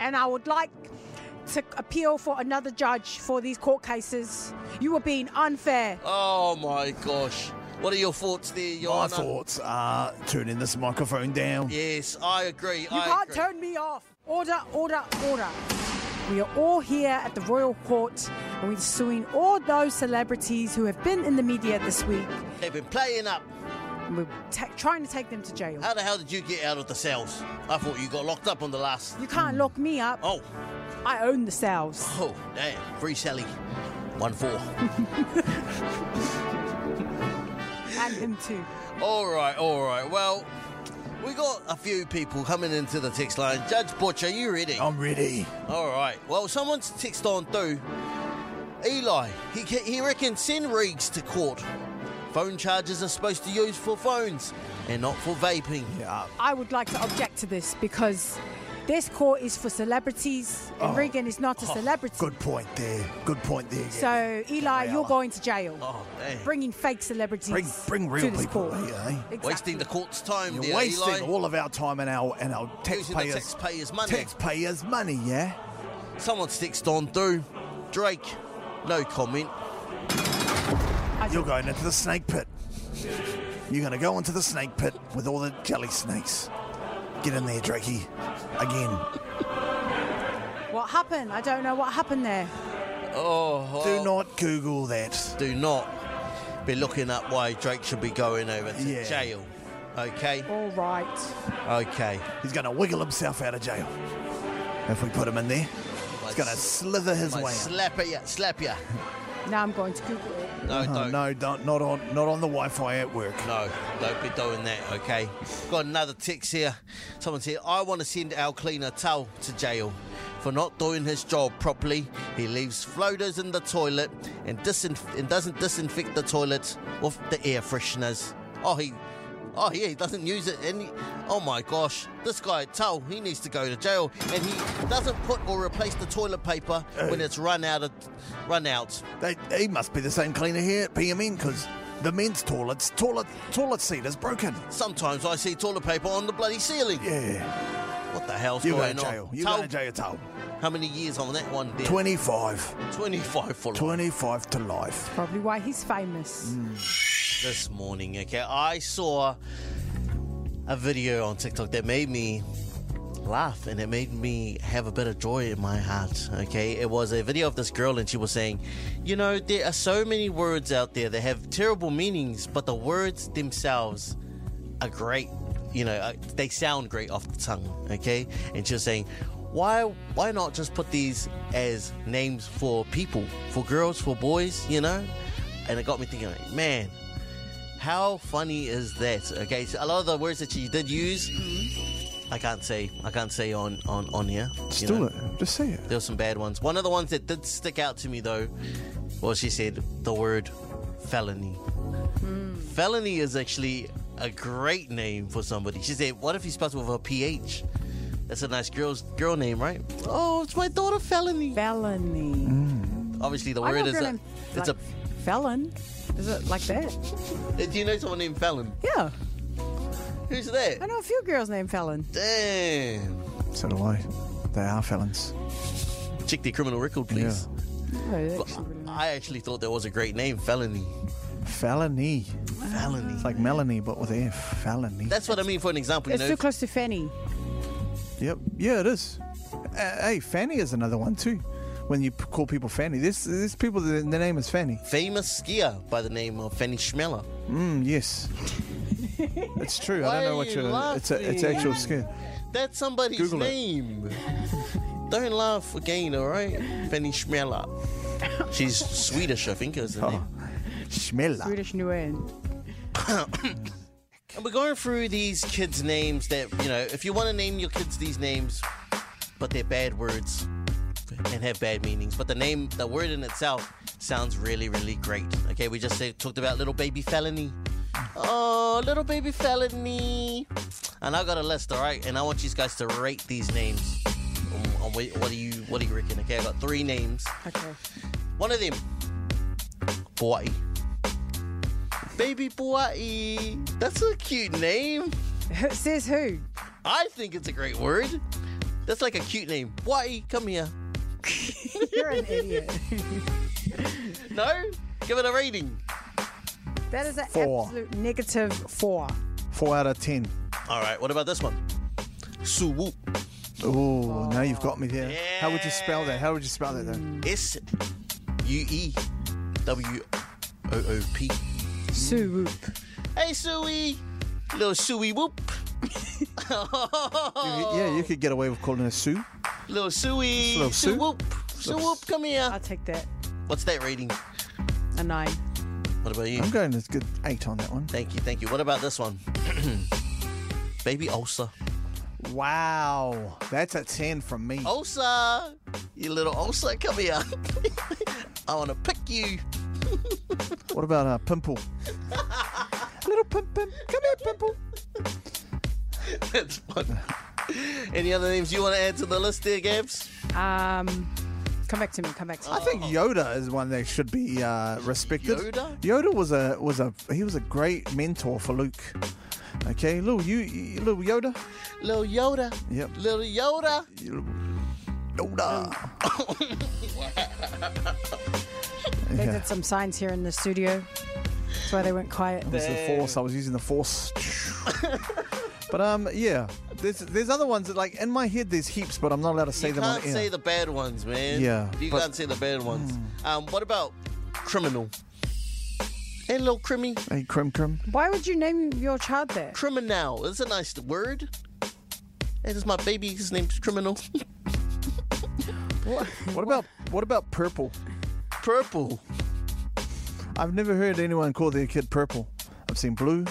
[SPEAKER 2] And I would like to appeal for another judge for these court cases. You were being unfair.
[SPEAKER 4] Oh my gosh. What are your thoughts there, Your
[SPEAKER 3] My
[SPEAKER 4] Honour?
[SPEAKER 3] thoughts are turning this microphone down.
[SPEAKER 4] Yes, I agree.
[SPEAKER 2] You
[SPEAKER 4] I
[SPEAKER 2] can't
[SPEAKER 4] agree.
[SPEAKER 2] turn me off. Order, order, order. We are all here at the Royal Court and we're suing all those celebrities who have been in the media this week
[SPEAKER 4] They've been playing up.
[SPEAKER 2] and we're ta- trying to take them to jail.
[SPEAKER 4] How the hell did you get out of the cells? I thought you got locked up on the last.
[SPEAKER 2] You can't lock me up.
[SPEAKER 4] Oh,
[SPEAKER 2] I own the cells.
[SPEAKER 4] oh, damn. Free Sally. 1 4.
[SPEAKER 2] And him too.
[SPEAKER 4] All right, all right. Well, we got a few people coming into the text line. Judge Butcher, you ready?
[SPEAKER 3] I'm ready.
[SPEAKER 4] All right. Well, someone's text on through. Eli, he ca- he reckons send Riggs to court for phone chargers are supposed to use for phones and not for vaping.
[SPEAKER 3] Yeah.
[SPEAKER 2] I would like to object to this because this court is for celebrities and Regan is not a celebrity.
[SPEAKER 3] Good point there. Good point there.
[SPEAKER 2] So, Eli,
[SPEAKER 3] Yeah.
[SPEAKER 2] you're going to jail.
[SPEAKER 4] Oh, man.
[SPEAKER 2] Bringing fake celebrities.
[SPEAKER 3] Bring- bring real
[SPEAKER 2] to this
[SPEAKER 3] people
[SPEAKER 2] court.
[SPEAKER 3] here, eh?
[SPEAKER 2] Exactly.
[SPEAKER 4] Wasting the court's time
[SPEAKER 3] You're
[SPEAKER 4] there,
[SPEAKER 3] wasting
[SPEAKER 4] Eli.
[SPEAKER 3] all of our time and our and our
[SPEAKER 4] Using the
[SPEAKER 3] taxpayers,
[SPEAKER 4] taxpayers' money.
[SPEAKER 3] Taxpayers' money, yeah.
[SPEAKER 4] Someone sticks on through. Drake, no comment.
[SPEAKER 3] You're going into the snake pit. You're going to go into the snake pit with all the jelly snakes. Get in there, Drakey. Again.
[SPEAKER 2] What happened? I don't know what happened there.
[SPEAKER 4] Oh, well,
[SPEAKER 3] Do not Google that.
[SPEAKER 4] do not be looking up why Drake should be going over to
[SPEAKER 3] Yeah.
[SPEAKER 4] jail. Okay,
[SPEAKER 2] All right.
[SPEAKER 4] okay.
[SPEAKER 3] He's going to wiggle himself out of jail. If we put him in there, he's going to slither his
[SPEAKER 4] Might
[SPEAKER 3] way. out.
[SPEAKER 4] slap ya, slap ya.
[SPEAKER 2] Now I'm going to Google it.
[SPEAKER 4] No,
[SPEAKER 3] Oh,
[SPEAKER 4] don't.
[SPEAKER 3] no, don't, not on, not on the Wi-Fi at work.
[SPEAKER 4] No, don't be doing that, okay? Got another text here. Someone said, I want to send our cleaner Tal to jail for not doing his job properly. He leaves floaters in the toilet and, disinf- and doesn't disinfect the toilets with the air fresheners. Oh, he. Oh yeah, he doesn't use it, and he- oh my gosh, this guy Tal, he needs to go to jail, and he doesn't put or replace the toilet paper when it's run out of, run out.
[SPEAKER 3] They, he must be the same cleaner here at PMN because the men's toilets, toilet, toilet seat is broken.
[SPEAKER 4] Sometimes I see toilet paper on the bloody ceiling.
[SPEAKER 3] Yeah,
[SPEAKER 4] What the hell's
[SPEAKER 3] you go
[SPEAKER 4] going
[SPEAKER 3] to jail.
[SPEAKER 4] on?
[SPEAKER 3] You
[SPEAKER 4] Tell-
[SPEAKER 3] go to jail, Tal.
[SPEAKER 4] How many years on that one? There?
[SPEAKER 3] 25.
[SPEAKER 4] 25 for life.
[SPEAKER 3] 25 to life.
[SPEAKER 2] Probably why he's famous.
[SPEAKER 4] this morning. Okay, I saw a video on TikTok that made me laugh and it made me have a bit of joy in my heart. Okay, it was a video of this girl and she was saying, you know, there are so many words out there that have terrible meanings, but the words themselves are great. You know, uh, they sound great off the tongue. Okay, and she was saying. Why, why not just put these as names for people, for girls, for boys, you know? And it got me thinking, like, man, how funny is that? Okay, so a lot of the words that she did use, I can't say. I can't say on on on here.
[SPEAKER 3] Just
[SPEAKER 4] you
[SPEAKER 3] do
[SPEAKER 4] know.
[SPEAKER 3] it. Just say it.
[SPEAKER 4] There were some bad ones. One of the ones that did stick out to me though, well, she said the word felony.
[SPEAKER 2] Hmm.
[SPEAKER 4] Felony is actually a great name for somebody. She said, "What if he spells it with a ph?" That's a nice girl's girl name, right? Oh, it's my daughter, felony.
[SPEAKER 2] Felony.
[SPEAKER 4] Obviously, the
[SPEAKER 2] I know
[SPEAKER 4] word
[SPEAKER 2] a
[SPEAKER 4] is
[SPEAKER 2] girl
[SPEAKER 4] a.
[SPEAKER 2] named,
[SPEAKER 4] It's
[SPEAKER 2] like, Felon? Is it like that?
[SPEAKER 4] a. Do you know someone named Felon?
[SPEAKER 2] Yeah.
[SPEAKER 4] Who's that?
[SPEAKER 2] I know a few girls named Felon.
[SPEAKER 4] Damn.
[SPEAKER 3] So do I. They are felons.
[SPEAKER 4] Check their criminal record, please.
[SPEAKER 2] Oh,
[SPEAKER 4] But I actually thought that was a great name, felony.
[SPEAKER 3] Felony.
[SPEAKER 4] Felony.
[SPEAKER 3] It's like Melanie, but with F. Felony.
[SPEAKER 4] That's what I mean for an example. You
[SPEAKER 2] it's
[SPEAKER 4] know,
[SPEAKER 2] too close to Fanny.
[SPEAKER 3] yep. Yeah, it is. Uh, hey, Fanny is another one too. When you p- call people Fanny, there's there's people that their name is Fanny.
[SPEAKER 4] famous skier by the name of Fanny Schmeller.
[SPEAKER 3] Mm, yes. It's true. I
[SPEAKER 4] Why
[SPEAKER 3] don't
[SPEAKER 4] are
[SPEAKER 3] know what
[SPEAKER 4] you
[SPEAKER 3] your it's a, it's
[SPEAKER 4] laughing?
[SPEAKER 3] actual skin.
[SPEAKER 4] That's somebody's
[SPEAKER 3] Google it.
[SPEAKER 4] name. Don't laugh again, all right? Fanny Schmeller. She's Swedish, I think, is the
[SPEAKER 3] Oh.
[SPEAKER 4] name.
[SPEAKER 3] Schmella.
[SPEAKER 2] British New End.
[SPEAKER 4] And we're going through these kids' names that, you know, if you want to name your kids these names, but they're bad words and have bad meanings, but the name, the word in itself sounds really, really great. Okay, we just said, talked about little baby felony. Oh, little baby felony. And I got a list, all right? And I want you guys to rate these names. On, on wh- what do you what do you reckon? Okay, I got three names.
[SPEAKER 2] Okay.
[SPEAKER 4] One of them, boy. Baby boy. That's a cute name.
[SPEAKER 2] Who- Says who?
[SPEAKER 4] I think it's a great word. That's like a cute name. Boy, come here.
[SPEAKER 2] You're an idiot.
[SPEAKER 4] No? Give it a rating.
[SPEAKER 2] That is an
[SPEAKER 3] Four.
[SPEAKER 2] absolute negative four.
[SPEAKER 3] Four out of ten.
[SPEAKER 4] All right, what about this one? Suwoop.
[SPEAKER 3] Ooh, now you've got me there. How would you spell that? How would you spell that though?
[SPEAKER 4] S U E W O O P.
[SPEAKER 2] Sue Whoop.
[SPEAKER 4] Hey, Suey. Little Suey whoop.
[SPEAKER 3] Yeah,
[SPEAKER 4] Oh.
[SPEAKER 3] you could get away with calling her Sue.
[SPEAKER 4] Little Suey.
[SPEAKER 3] Little Sue.
[SPEAKER 4] Suwoop. Suwoop, come here.
[SPEAKER 2] I'll take that.
[SPEAKER 4] What's that rating?
[SPEAKER 2] A nine.
[SPEAKER 4] What about you?
[SPEAKER 3] I'm going with good eight on that one.
[SPEAKER 4] Thank you, thank you. What about this one? Baby Ulcer.
[SPEAKER 3] Wow, that's a ten from me.
[SPEAKER 4] Oh. Ulcer! You little ulcer, come here. I want to pick you.
[SPEAKER 3] What about a pimple? little pimp pimp. Come here, pimple.
[SPEAKER 4] That's fun. Any other names you want to add to the list there, Gabs?
[SPEAKER 2] Um, come back to me. Come back to me.
[SPEAKER 3] I think Yoda is one that should be uh, respected.
[SPEAKER 4] Oh. Yoda?
[SPEAKER 3] Yoda was a was a he was a great mentor for Luke. Okay, little you, little Yoda.
[SPEAKER 4] Little Yoda.
[SPEAKER 3] Yep.
[SPEAKER 4] Little Yoda.
[SPEAKER 3] Yoda.
[SPEAKER 2] They
[SPEAKER 3] Yeah.
[SPEAKER 2] did some signs here in the studio. That's why they went quiet.
[SPEAKER 3] It was the force. I was using the force. but um, yeah. There's there's other ones that like in my head. There's heaps, but I'm not allowed to say
[SPEAKER 4] you
[SPEAKER 3] them
[SPEAKER 4] can't
[SPEAKER 3] on air.
[SPEAKER 4] say the bad ones, man.
[SPEAKER 3] Yeah,
[SPEAKER 4] You
[SPEAKER 3] but-
[SPEAKER 4] can't say the bad ones. Um, what about criminal? Hey, little crimmy.
[SPEAKER 3] hey, Crim Crim.
[SPEAKER 2] Why would you name your child that?
[SPEAKER 4] Criminal. That's a nice word. That is my baby. His name's Criminal.
[SPEAKER 3] What about what about purple?
[SPEAKER 4] Purple.
[SPEAKER 3] I've never heard anyone call their kid purple. I've seen blue.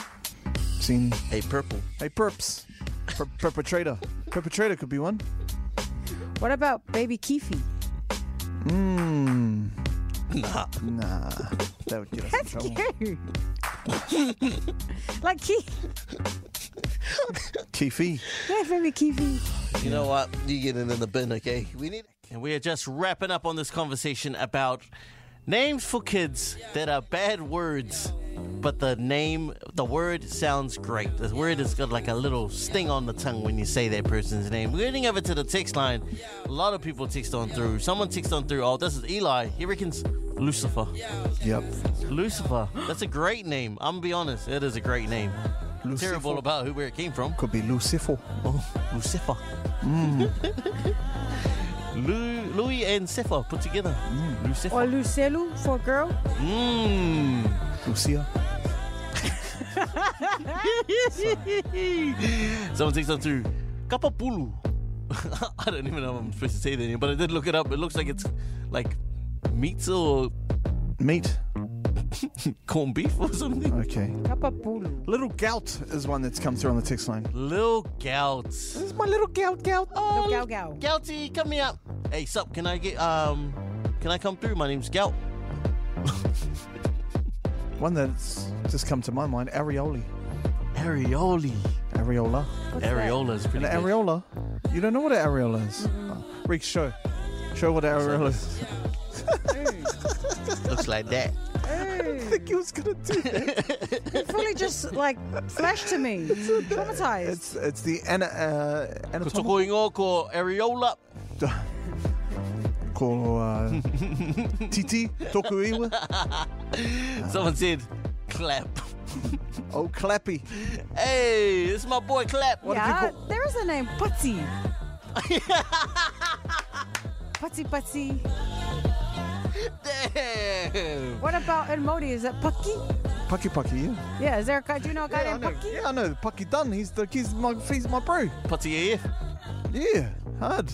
[SPEAKER 3] I've seen
[SPEAKER 4] Hey, Purple.
[SPEAKER 3] hey perps. Per- perpetrator. Perpetrator could be one.
[SPEAKER 2] What about baby Keefe?
[SPEAKER 3] Mmm. Nah. Nah. That would get us in trouble.
[SPEAKER 2] Cute. like Keith.
[SPEAKER 3] Keefe.
[SPEAKER 2] Yeah, baby Keefe.
[SPEAKER 4] You know what? You get it in the bin, okay? We need. And we are just wrapping up on this conversation about names for kids that are bad words, but the name, the word sounds great. The word has got like a little sting on the tongue when you say that person's name. We're heading over to the text line. A lot of people text on through. Someone text on through. Oh, this is Eli. He reckons Lucifer.
[SPEAKER 3] Yep.
[SPEAKER 4] Lucifer. That's a great name. I'm gonna be honest. It is a great name.
[SPEAKER 3] Lucifer.
[SPEAKER 4] Terrible about who where it came from.
[SPEAKER 3] Could be Lucifer.
[SPEAKER 4] Oh, Lucifer.
[SPEAKER 3] Mm.
[SPEAKER 4] Lu- Louis and Cepha put together.
[SPEAKER 3] Mm.
[SPEAKER 4] Lucifer.
[SPEAKER 2] Or Lucelu for a girl.
[SPEAKER 4] Mm.
[SPEAKER 3] Lucia.
[SPEAKER 4] Someone takes on to Kapapulu. I don't even know if I'm supposed to say that name, but I did look it up. It looks like it's like meat or
[SPEAKER 3] Meat.
[SPEAKER 4] corned beef or something.
[SPEAKER 3] Okay.
[SPEAKER 2] Kapapulu.
[SPEAKER 3] Little gout is one that's come through on the text line.
[SPEAKER 4] Lil Gout.
[SPEAKER 3] This is my little gout gout.
[SPEAKER 4] Oh,
[SPEAKER 2] Lil Gout Gout.
[SPEAKER 4] Gouty, come here. Hey, sup? Can I get um? Can I come through? My name's Gout.
[SPEAKER 3] One that's just come to my mind. Areoli.
[SPEAKER 4] Arioli.
[SPEAKER 3] Areola.
[SPEAKER 4] Areola is
[SPEAKER 3] An
[SPEAKER 4] pretty. good.
[SPEAKER 3] areola. You don't know what an areola is. Oh, Rick, show. Show what an areola is.
[SPEAKER 4] Looks like that.
[SPEAKER 3] think he was gonna do that.
[SPEAKER 2] It fully just like flashed to me. Traumatized.
[SPEAKER 3] It's it's the ana, uh, anatomical
[SPEAKER 4] Kotokoingo ko areola.
[SPEAKER 3] call uh, Titi Tokuiwa.
[SPEAKER 4] Someone said clap.
[SPEAKER 3] Oh, Clappy.
[SPEAKER 4] Hey, it's my boy Clap.
[SPEAKER 3] What
[SPEAKER 2] yeah,
[SPEAKER 3] have you
[SPEAKER 2] there is a name, Putty. putty, Putty.
[SPEAKER 4] Damn.
[SPEAKER 2] What about in Modi? Is it Pucky?
[SPEAKER 3] Paki Paki. Yeah.
[SPEAKER 2] Yeah, is there a guy? Do you know a guy
[SPEAKER 3] I
[SPEAKER 2] named
[SPEAKER 3] know.
[SPEAKER 2] Pucky?
[SPEAKER 3] Yeah, I know. Paki Dunn. He's the he's my he's my bro.
[SPEAKER 4] Putty AF.
[SPEAKER 3] Yeah, hard.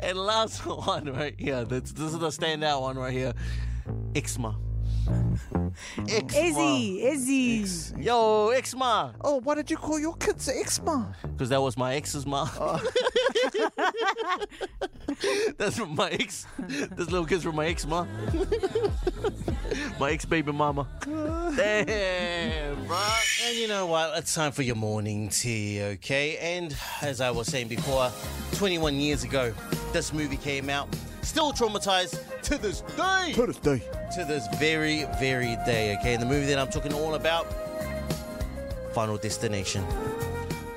[SPEAKER 4] And last one right here. That's, this is the standout one right here. Ixma. Ixma.
[SPEAKER 2] Izzy, Izzy.
[SPEAKER 4] Yo, Ixma.
[SPEAKER 3] Oh, why did you call your kids eczema?
[SPEAKER 4] Because that was my ex's ma. That's from my ex. This little kid's from my ex ma. my ex baby mama. Damn, bro. And you know what? It's time for your morning tea, okay? And as I was saying before, 21 years ago, this movie came out. Still traumatized to this day
[SPEAKER 3] Thursday.
[SPEAKER 4] to this very, very day, okay? And the movie that I'm talking all about Final Destination.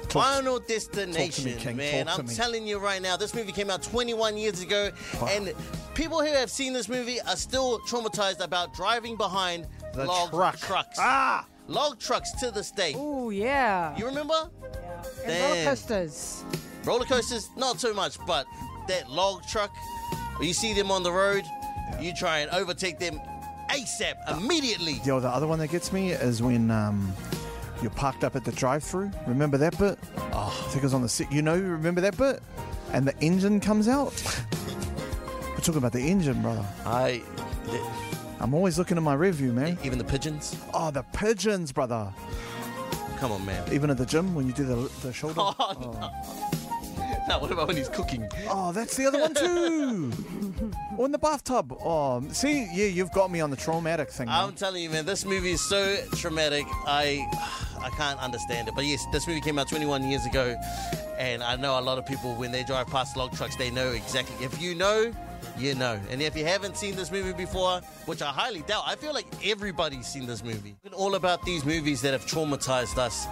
[SPEAKER 4] Final Destination,
[SPEAKER 3] King,
[SPEAKER 4] man.
[SPEAKER 3] talk to
[SPEAKER 4] I'm
[SPEAKER 3] me.
[SPEAKER 4] telling you right now, this movie came out 21 years ago, and people who have seen this movie are still traumatized about driving behind
[SPEAKER 3] The
[SPEAKER 4] log
[SPEAKER 3] truck.
[SPEAKER 4] trucks.
[SPEAKER 3] Ah,
[SPEAKER 4] Log trucks to this day.
[SPEAKER 2] Oh, yeah.
[SPEAKER 4] You remember?
[SPEAKER 2] And roller
[SPEAKER 4] Damn.
[SPEAKER 2] coasters.
[SPEAKER 4] Roller coasters, not so much, but that log truck, you see them on the road, you try and overtake them ASAP, immediately.
[SPEAKER 3] yo, the other one that gets me is when um. You're parked up at the drive-through. Remember that bit? I think it was on the set. You know, you remember that bit? And the engine comes out. We're talking about the engine, brother.
[SPEAKER 4] I.
[SPEAKER 3] I'm always looking at my review, man.
[SPEAKER 4] Even the pigeons?
[SPEAKER 3] Oh, the pigeons, brother.
[SPEAKER 4] Come on, man.
[SPEAKER 3] Even at the gym when you do the, the shoulder.
[SPEAKER 4] Oh, no. No, what about when he's cooking?
[SPEAKER 3] Oh, that's the other one too. Or in the bathtub. Oh, see, yeah, you've got me on the traumatic thing. man.
[SPEAKER 4] I'm telling you, man, this movie is so traumatic. I I can't understand it. But yes, this movie came out 21 years ago, and I know a lot of people when they drive past log trucks, they know exactly. If you know, you know. And if you haven't seen this movie before, which I highly doubt, I feel like everybody's seen this movie. It's all about these movies that have traumatized us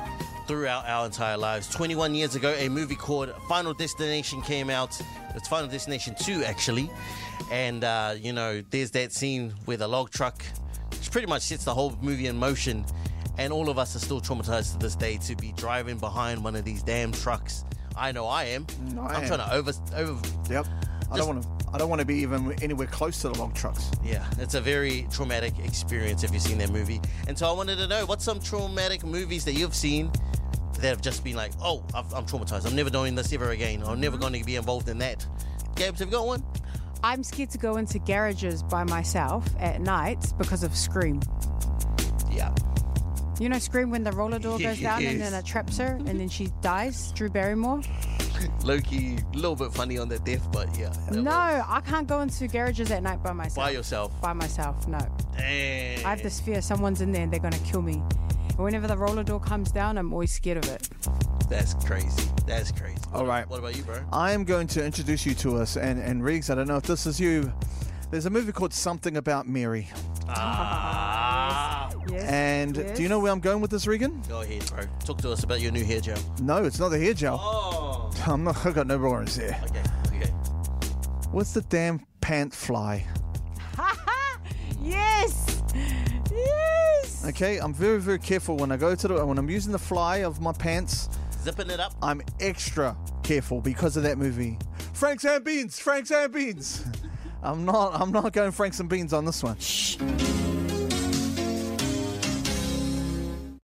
[SPEAKER 4] throughout our entire lives. 21 years ago, a movie called Final Destination came out. It's Final Destination 2, actually. And, uh, you know, there's that scene where the log truck which pretty much sets the whole movie in motion. And all of us are still traumatized to this day to be driving behind one of these damn trucks. I know I am.
[SPEAKER 3] No, I
[SPEAKER 4] I'm
[SPEAKER 3] am.
[SPEAKER 4] trying to over over.
[SPEAKER 3] Yep. I
[SPEAKER 4] Just-
[SPEAKER 3] don't want to. I don't want to be even anywhere close to the log trucks.
[SPEAKER 4] Yeah, it's a very traumatic experience if you've seen that movie. And so I wanted to know what's some traumatic movies that you've seen that have just been like, oh, I've, I'm traumatized. I'm never doing this ever again. I'm never going to be involved in that. Gabs, have you got one?
[SPEAKER 2] I'm scared to go into garages by myself at night because of Scream.
[SPEAKER 4] Yeah.
[SPEAKER 2] You know Scream when the roller door goes down and then
[SPEAKER 4] Yes.
[SPEAKER 2] it traps her and then she dies? Drew Barrymore?
[SPEAKER 4] Loki, a little bit funny on that death, but yeah. that
[SPEAKER 2] No,
[SPEAKER 4] was-
[SPEAKER 2] I can't go into garages at night by myself.
[SPEAKER 4] By yourself.
[SPEAKER 2] By myself, no.
[SPEAKER 4] Damn.
[SPEAKER 2] I have this fear someone's in there and they're going to kill me. And whenever the roller door comes down, I'm always scared of it.
[SPEAKER 4] That's crazy. That's crazy.
[SPEAKER 3] All right.
[SPEAKER 4] What about you, bro?
[SPEAKER 3] I am going to introduce you to us, and and Riggs. I don't know if this is you. There's a movie called Something About Mary,
[SPEAKER 4] Ah.
[SPEAKER 2] Yes.
[SPEAKER 3] and
[SPEAKER 2] yes.
[SPEAKER 3] do you know where I'm going with this, Regan?
[SPEAKER 4] Go ahead, bro. Talk to us about your new hair gel.
[SPEAKER 3] No, it's not the hair gel.
[SPEAKER 4] Oh.
[SPEAKER 3] I'm not. I got no warrants there.
[SPEAKER 4] Okay. Okay.
[SPEAKER 3] What's the damn pant fly?
[SPEAKER 2] Yes! Yes!
[SPEAKER 3] Okay, I'm very very careful when I go to the when I'm using the fly of my pants.
[SPEAKER 4] Zipping it up.
[SPEAKER 3] I'm extra careful because of that movie. Franks and beans, Franks and beans. I'm not. I'm not going Franks and beans on this one.